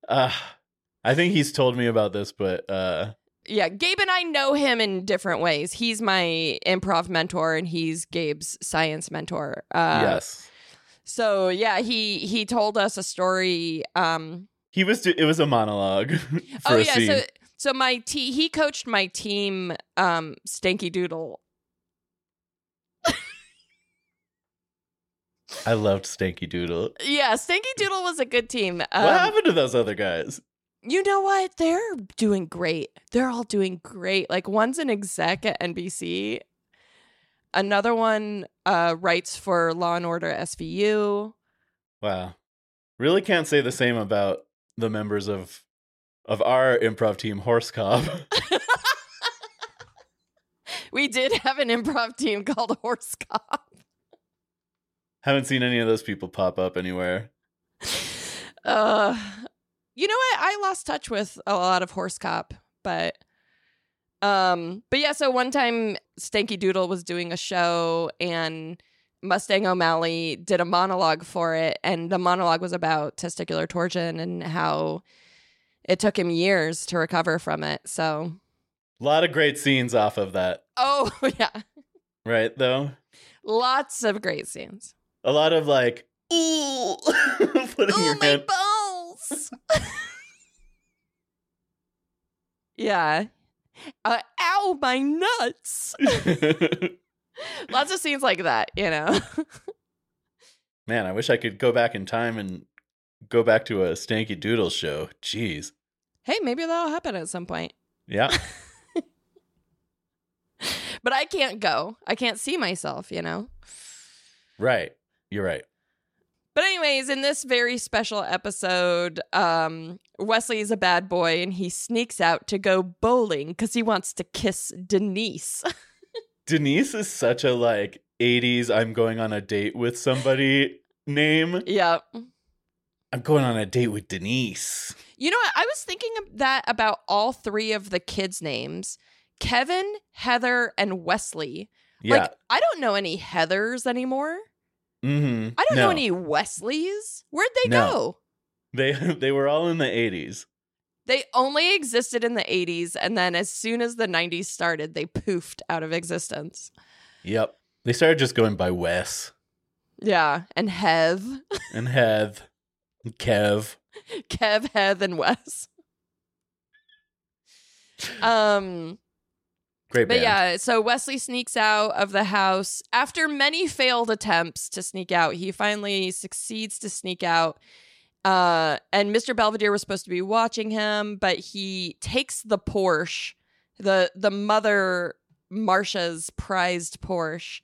Uh I think he's told me about this, but uh yeah, Gabe and I know him in different ways. He's my improv mentor, and he's Gabe's science mentor. Uh, yes. So yeah, he he told us a story. Um, He was do- it was a monologue for oh a yeah, scene. so so my te- he coached my team um Stanky Doodle. I loved Stanky Doodle. Yeah, Stanky Doodle was a good team. what Um, happened to those other guys? you know what? They're doing great. They're all doing great. Like one's an exec at NBC. Another one uh, writes for Law and Order SVU. Wow. Really can't say the same about the members of of our improv team, Horse Cop. We did have an improv team called Horse Cop. Haven't seen any of those people pop up anywhere. Uh, you know what? I lost touch with a lot of Horse Cop, but um, but yeah. So one time, Stanky Doodle was doing a show, and Mustang O'Malley did a monologue for it, and the monologue was about testicular torsion and how it took him years to recover from it. So, A lot of great scenes off of that, oh yeah, right though? lots of great scenes. A lot of like ooh putting Oh your my hand balls! yeah. Uh, ow, my nuts! Lots of scenes like that, you know. Man, I wish I could go back in time and go back to a Stanky Doodle show. Jeez. hey, maybe that'll happen at some point. Yeah. But I can't go. I can't see myself, you know. right. You're right. But anyways, in this very special episode, um, Wesley is a bad boy and he sneaks out to go bowling because he wants to kiss Denise. Denise is such a like 80s I'm going on a date with somebody name. yeah. I'm going on a date with Denise. You know what? I was thinking of that about all three of the kids' names Kevin, Heather, and Wesley. Yeah. Like, I don't know any Heathers anymore. mm-hmm. I don't know any Wesleys. Where'd they No. go? They they were all in the 80s. They only existed in the 80s. And then as soon as the 90s started, they poofed out of existence. Yep. They started just going by Wes Yeah. And Hev, and Heath, and Kev. Kev, Hev, and Wes. Um, Great But band. yeah, so Wesley sneaks out of the house after many failed attempts to sneak out. He finally succeeds to sneak out. Uh, and Mr. Belvedere was supposed to be watching him, but he takes the Porsche, the the mother Marsha's prized Porsche,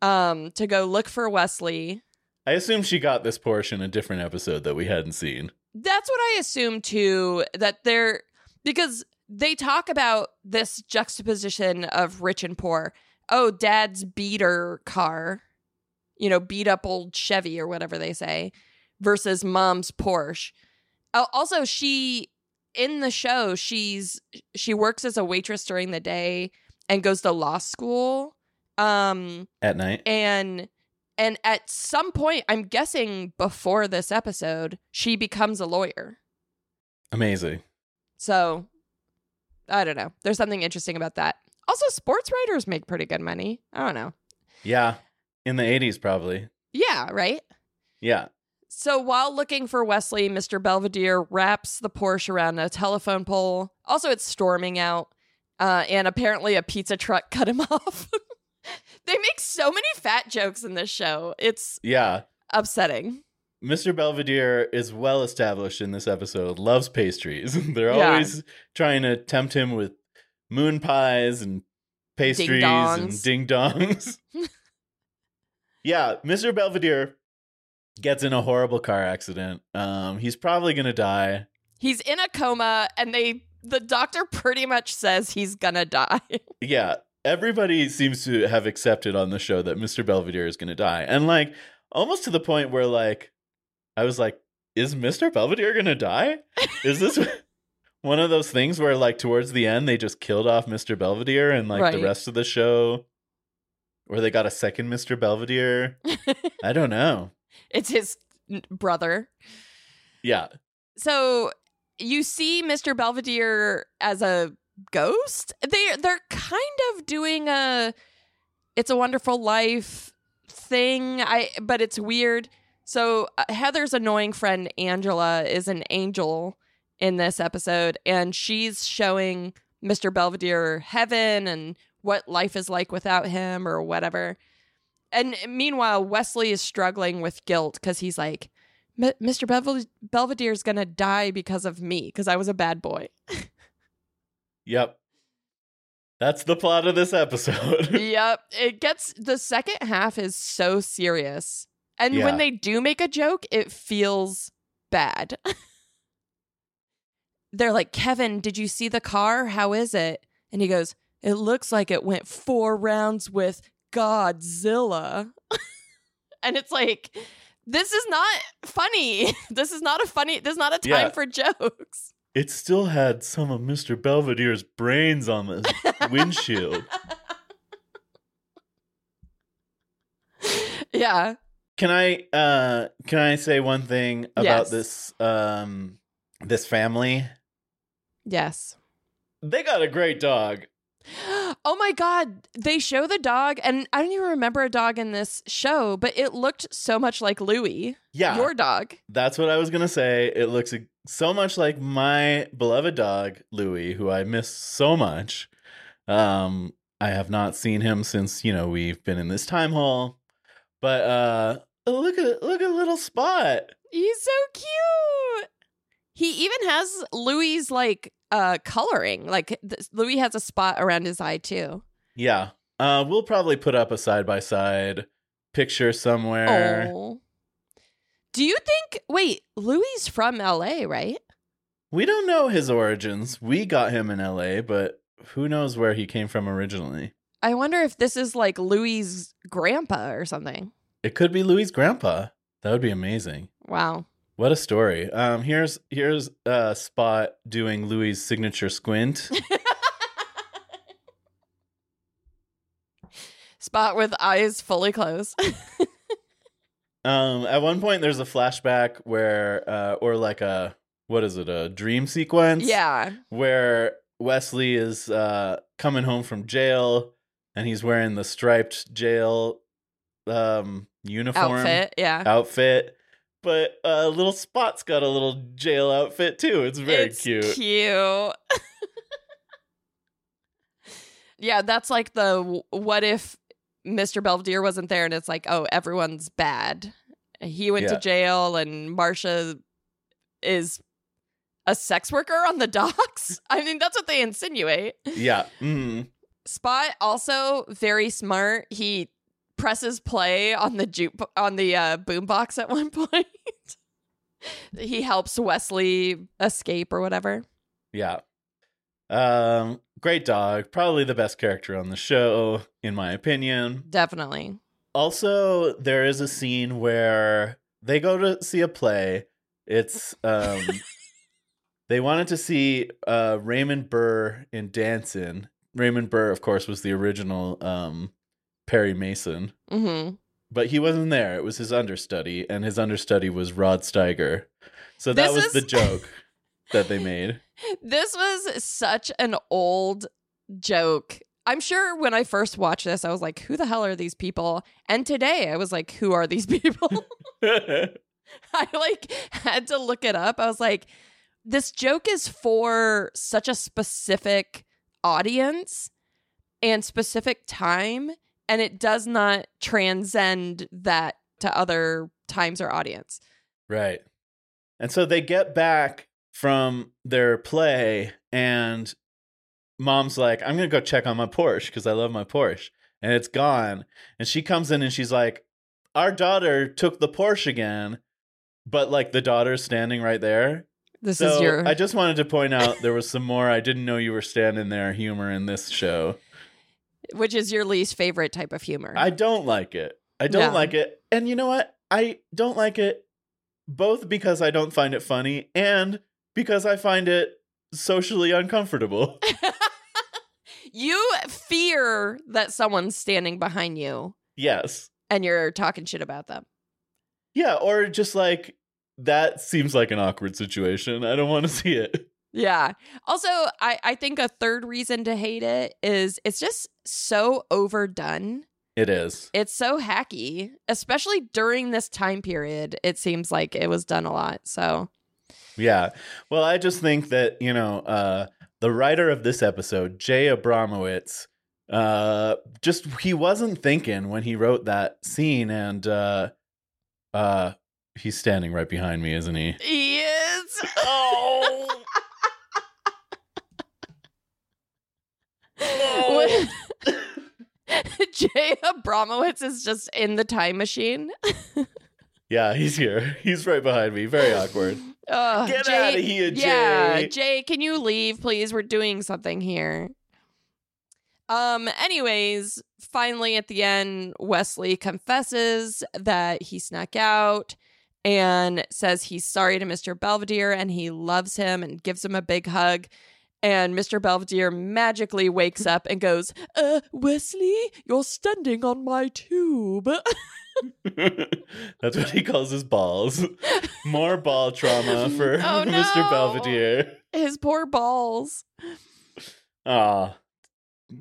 um, to go look for Wesley. I assume she got this Porsche in a different episode that we hadn't seen. That's what I assume too. That they're because they talk about this juxtaposition of rich and poor. Oh, dad's beater car, you know, beat up old Chevy or whatever they say, versus mom's Porsche. Al- Also, she in the show, she's she works as a waitress during the day and goes to law school. Um, At night? and and at some point i'm guessing before this episode she becomes a lawyer Amazing. so i don't know there's something interesting about that also sports writers make pretty good money i don't know Yeah. In the 80s, probably. yeah right Yeah. so while looking for wesley mr belvedere wraps the porsche around a telephone pole also it's storming out uh, and apparently a pizza truck cut him off they make so many fat jokes in this show it's Yeah. upsetting Mr. Belvedere is well established in this episode, loves pastries. They're Yeah. always trying to tempt him with moon pies and pastries Ding-dongs. and ding dongs. yeah, Mr. Belvedere gets in a horrible car accident. Um, he's probably going to die. He's in a coma, and they the doctor pretty much says he's gonna die. yeah, everybody seems to have accepted on the show that Mr. Belvedere is going to die. And like almost to the point where like I was like is Mr. Belvedere going to die? Is this one of those things where like towards the end they just killed off Mr. Belvedere and like the Right. rest of the show or they got a second Mr. Belvedere? I don't know. it's his n- brother. Yeah. So you see Mr. Belvedere as a ghost. They they're kind of doing a it's a wonderful life thing. I but it's weird. So uh, Heather's annoying friend Angela is an angel in this episode and she's showing Mr. Belvedere heaven and what life is like without him or whatever. And meanwhile, Wesley is struggling with guilt cuz he's like M- Mr. Belv- Belvedere's gonna die because of me, because I was a bad boy. Yep. That's the plot of this episode. yep. It gets the second half is so serious. And Yeah. when they do make a joke, it feels bad. They're like, Kevin, did you see the car? How is it? And he goes, It looks like it went four rounds with Godzilla. and it's like, this is not funny. This is not a funny, this is not a time Yeah. for jokes. it still had some of Mr. Belvedere's brains on the windshield. Yeah. Can I uh can I say one thing about Yes. this um this family? Yes. They got a great dog. Oh my God. They show the dog, and I don't even remember a dog in this show, but it looked so much like Louie, Yeah. your dog. That's what I was going to say. It looks e- so much like my beloved dog Louis, who I miss so much. Um I have not seen him since, you know, we've been in this time hole. But uh look at look at little spot. He's so cute. He even has Louie's like uh coloring. Like th- Louie has a spot around his eye too. Yeah. Uh we'll probably put up a side by side picture somewhere. Oh. Do you think wait, Louie's from LA, right? We don't know his origins. We got him in LA, but who knows where he came from originally? I wonder if this is like Louie's grandpa or something. It could be Louis' grandpa. That would be amazing. Wow. What a story. Um here's here's uh spot doing Louis' signature squint. Spot with eyes fully closed. um at one point there's a flashback where uh or like a what is it, a dream sequence? yeah. where Wesley is uh, coming home from jail and he's wearing the striped jail um, uniform Outfit. Yeah. outfit. But uh, little Spot's got a little jail outfit too. It's very It's cute. cute. yeah, that's like the w- what if Mr. Belvedere wasn't there and it's like, oh, everyone's bad. He went Yeah. to jail and Marsha is a sex worker on the docks. I mean, that's what they insinuate. Yeah. Mm. Spot also very smart. He presses play on the juke on the uh, boombox at one point. he helps Wesley escape or whatever. Yeah. Um, great dog. Probably the best character on the show, in my opinion. Definitely. Also, there is a scene where they go to see a play. It's um they wanted to see uh Raymond Burr in Dancing. Raymond Burr, of course, was the original um Perry Mason, hmm but he wasn't there. It was his understudy, and his understudy was Rod Steiger. So that This was is- the joke that they made. This was such an old joke. I'm sure when I first watched this, I was like, who the hell are these people? And today I was like, who are these people? I like had to look it up. I was like, this joke is for such a specific audience and specific time, and it does not transcend that to other times or audience. Right. And so they get back from their play, and mom's like, I'm going to go check on my Porsche because I love my Porsche. And it's gone. And she comes in and she's like, Our daughter took the Porsche again. But like the daughter's standing right there. This so is your I just wanted to point out there was some more I didn't know you were standing there humor in this show. which is your least favorite type of humor. I don't like it. I don't No. like it. And you know what? I don't like it both because I don't find it funny and because I find it socially uncomfortable. you fear that someone's standing behind you yes. and you're talking shit about them. Yeah, or just like that seems like an awkward situation. I don't want to see it. Yeah. Also, I, I think a third reason to hate it is it's just so overdone. It is. It's so hacky, especially during this time period. It seems like it was done a lot. So, Yeah. Well, I just think that, you know, uh the writer of this episode, Jay Abramowitz, uh just he wasn't thinking when he wrote that scene and uh uh he's standing right behind me, isn't he? yes. Oh. Jay Abramowitz is just in the time machine. yeah, he's here. He's right behind me. Very awkward. Ugh, Get Jay- outta here, Yeah, Jay. Jay, can you leave, please? We're doing something here. Um. Anyways, finally at the end, Wesley confesses that he snuck out and says he's sorry to Mr. Belvedere and he loves him and gives him a big hug. And Mr. Belvedere magically wakes up and goes, "Uh, Wesley, you're standing on my tube." That's what he calls his balls. More ball trauma for Oh, Mr. no. Belvedere. His poor balls. Ah,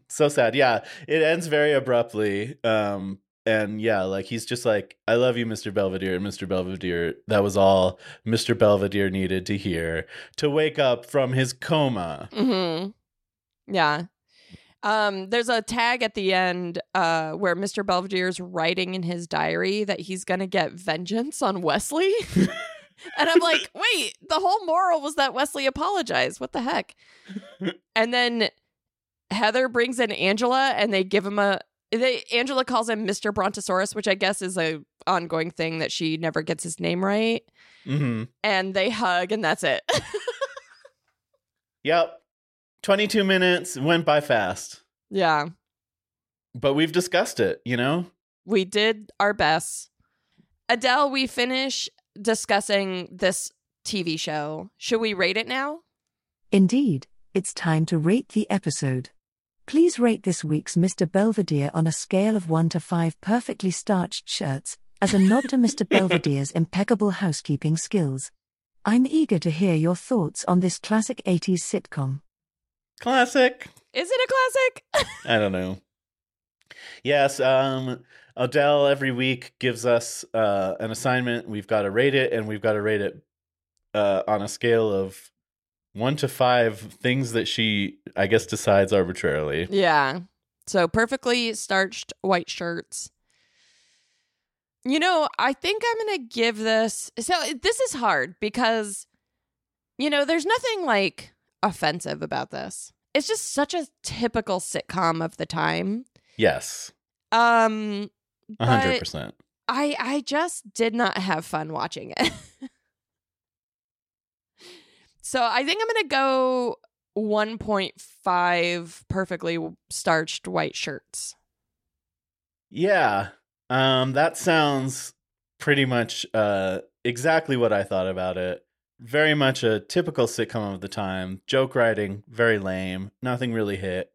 so sad. Yeah, it ends very abruptly. Um, and yeah, like he's just like, "I love you, Mr. Belvedere." And Mr. Belvedere, that was all Mr. Belvedere needed to hear to wake up from his coma. hmm Yeah. Um, there's a tag at the end uh, where Mr. Belvedere's writing in his diary that he's going to get vengeance on Wesley. and I'm like, wait, the whole moral was that Wesley apologized. What the heck? and then Heather brings in Angela and they give him a. They Angela calls him Mr. Brontosaurus, which I guess is a ongoing thing that she never gets his name right. Mm-hmm. And they hug, and that's it. Yep, twenty-two minutes went by fast, yeah. but we've discussed it. You know, we did our best. Adele, we finish discussing this TV show. Should we rate it now? Indeed, it's time to rate the episode. Please rate this week's Mr. Belvedere on a scale of 1 to 5 perfectly starched shirts, as a nod to Mr. Belvedere's impeccable housekeeping skills. I'm eager to hear your thoughts on this classic 80s sitcom. classic. Is it a classic? I don't know. Yes, um, Odell every week gives us uh, an assignment. We've got to rate it, and we've got to rate it uh, on a scale of one to five things that she, I guess, decides arbitrarily. yeah. So perfectly starched white shirts. You know, I think I'm going to give this. So this is hard because You know, there's nothing like offensive about this. It's just such a typical sitcom of the time. Yes, Um But- a hundred percent. I I just did not have fun watching it. so I think I'm going to go 1.5 perfectly starched white shirts. Yeah, um, that sounds pretty much uh, exactly what I thought about it. Very much a typical sitcom of the time. Joke writing, very lame. Nothing really hit.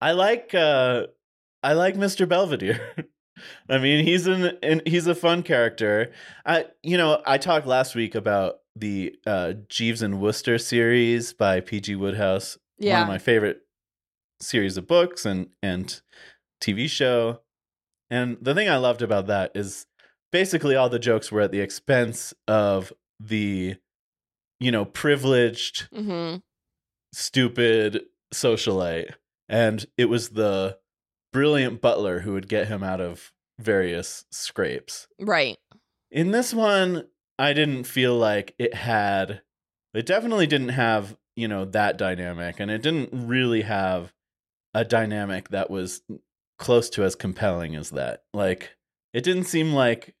I like, uh, I like Mr. Belvedere. I mean, he's an, an he's a fun character. I, you know, I talked last week about the uh, Jeeves and Wooster series by P.G. Woodhouse one Yeah. of my favorite series of books and and TV show. And the thing I loved about that is basically all the jokes were at the expense of the you know privileged mhm. stupid socialite and it was the brilliant butler who would get him out of various scrapes. Right. In this one, I didn't feel like it had. It definitely didn't have, you know, that dynamic, and it didn't really have a dynamic that was close to as compelling as that. Like, it didn't seem like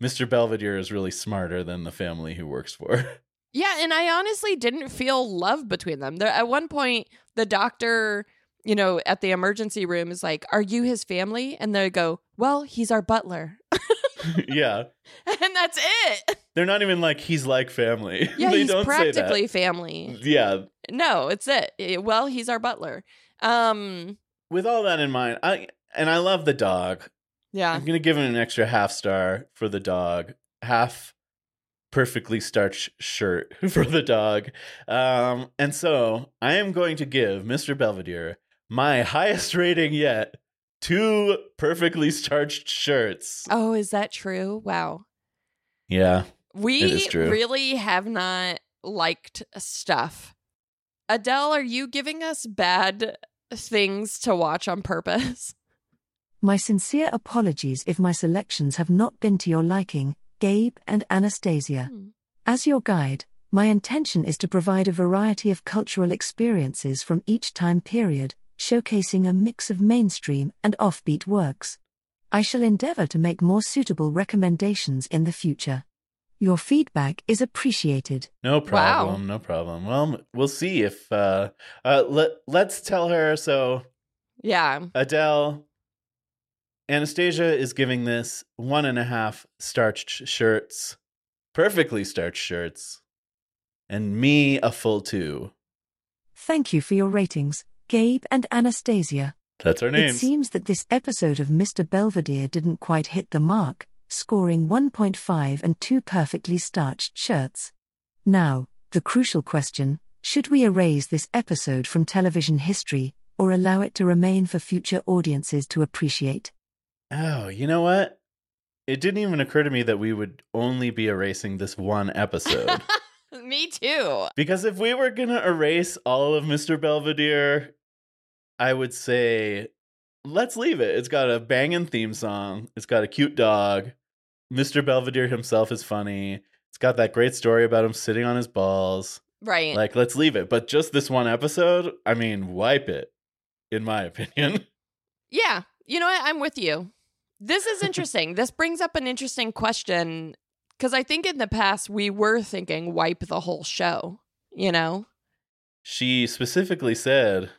Mr. Belvedere is really smarter than the family he works for. Yeah, and I honestly didn't feel love between them. There, at one point, the doctor, you know, at the emergency room is like, "Are you his family?" And they go, "Well, he's our butler," yeah. and that's it. They're not even like, he's like family. Yeah, they he's don't practically say family. that. Yeah. No, it's it. It- Well, he's our butler. Um, With all that in mind, I and I love the dog. yeah, I'm gonna give it an extra half star for the dog, half perfectly starched shirt for the dog, um, and so I am going to give Mr. Belvedere my highest rating yet: two perfectly starched shirts. Oh, is that true? Wow. Yeah, It We is true. really have not liked stuff. Adele, are you giving us bad things to watch on purpose? My sincere apologies if my selections have not been to your liking, Gabe and Anastasia. Hmm. As your guide, my intention is to provide a variety of cultural experiences from each time period, showcasing a mix of mainstream and offbeat works. I shall endeavor to make more suitable recommendations in the future. Your feedback is appreciated. no problem, no problem. Well, m- we'll see if uh, uh, let let's tell her. So Yeah. Adele. Anastasia is giving this one and a half starched shirts, perfectly starched shirts, and me a full two. Thank you for your ratings, Gabe and Anastasia. That's our It names. seems that this episode of Mr. Belvedere didn't quite hit the mark, scoring 1.5 and two perfectly starched shirts. Now, the crucial question should we erase this episode from television history, or allow it to remain for future audiences to appreciate? oh, you know what? It didn't even occur to me that we would only be erasing this one episode. Me too. because if we were going to erase all of Mr. Belvedere, I would say let's leave it. It's got a banging theme song, it's got a cute dog. Mr. Belvedere himself is funny. It's got that great story about him sitting on his balls. Right. Like, let's leave it. But just this one episode, I mean, wipe it, in my opinion. yeah. You know what? I'm with you. This is interesting. this brings up an interesting question because I think in the past we were thinking wipe the whole show, you know? She specifically said,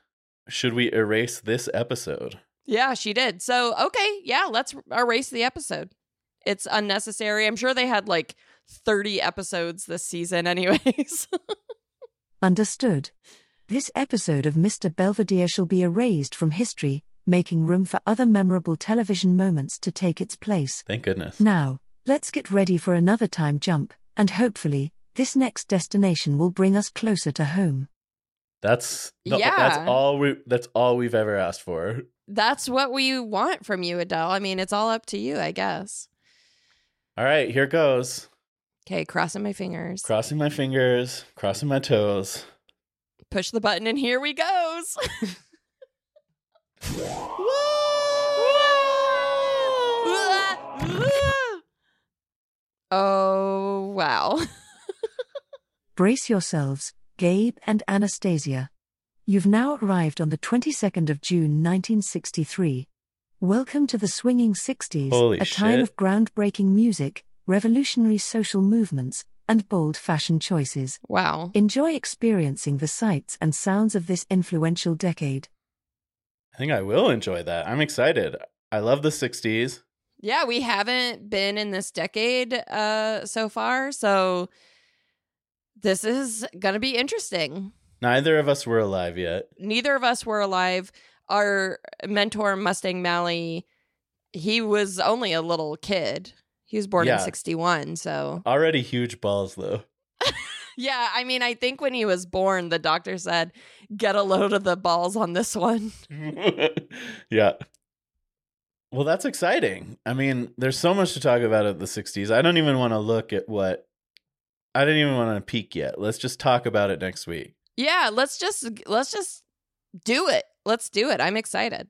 Should we erase this episode? Yeah, she did. So, okay. Yeah, let's erase the episode. It's unnecessary. I'm sure they had like 30 episodes this season, anyways. Understood. This episode of Mr. Belvedere shall be erased from history, making room for other memorable television moments to take its place. Thank goodness. Now, let's get ready for another time jump, and hopefully, this next destination will bring us closer to home. That's the- Yeah. that's all we that's all we've ever asked for. That's what we want from you, Adele. I mean, it's all up to you, I guess. All right, here goes. Okay, crossing my fingers. Crossing my fingers, crossing my toes. Push the button, and here we goes. oh, wow. Brace yourselves, Gabe and Anastasia. You've now arrived on the 22nd of June 1963. Welcome to the swinging 60s, Holy a time shit. of groundbreaking music, revolutionary social movements, and bold fashion choices. Wow. Enjoy experiencing the sights and sounds of this influential decade. I think I will enjoy that. I'm excited. I love the 60s. Yeah, we haven't been in this decade uh so far, so this is going to be interesting. Neither of us were alive yet. Neither of us were alive. Our mentor Mustang Mally, he was only a little kid. He was born in Yeah. 61, so Already huge balls, though. Yeah, I mean, I think when he was born, the doctor said, "Get a load of the balls on this one." yeah. Well, that's exciting. I mean, there's so much to talk about at the 60s. I don't even want to look at what. I didn't even want to peek yet. Let's just talk about it next week. Yeah, let's just let's just do it. Let's do it. I'm excited.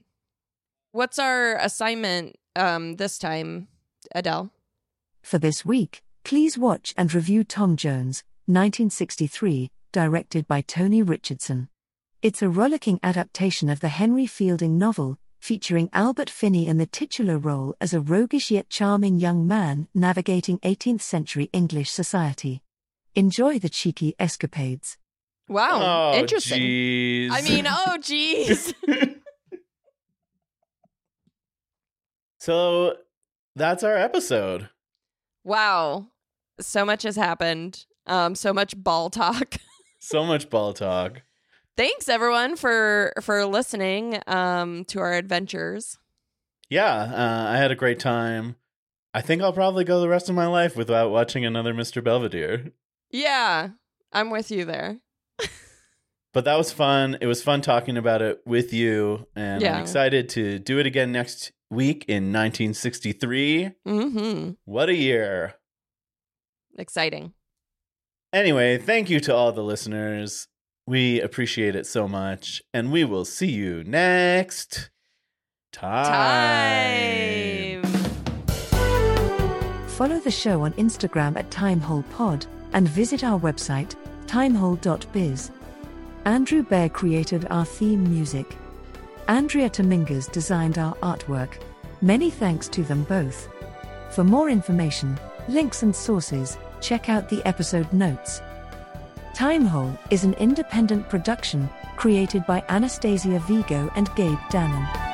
What's our assignment um this time, Adele? For this week, please watch and review Tom Jones, 1963, directed by Tony Richardson. It's a rollicking adaptation of the Henry Fielding novel, featuring Albert Finney in the titular role as a roguish yet charming young man navigating 18th century English society. Enjoy the cheeky escapades. Wow, Oh, interesting. jeez. I mean, oh geez. so that's our episode. wow. So much has happened. Um so much ball talk. So much ball talk. Thanks everyone for for listening um to our adventures. Yeah, uh, I had a great time. I think I'll probably go the rest of my life without watching another Mr. Belvedere. Yeah. I'm with you there. But that was fun. It was fun talking about it with you, and Yeah. I'm excited to do it again next week in 1963. Mhm. What a year! Exciting. Anyway, thank you to all the listeners. We appreciate it so much, and we will see you next time. Time. Follow the show on Instagram at TimeholePod and visit our website, timehole.biz. Andrew Bear created our theme music. Andrea Tomingas designed our artwork. Many thanks to them both. For more information, links, and sources, check out the episode notes. Timehole is an independent production created by Anastasia Vigo and Gabe Dannon.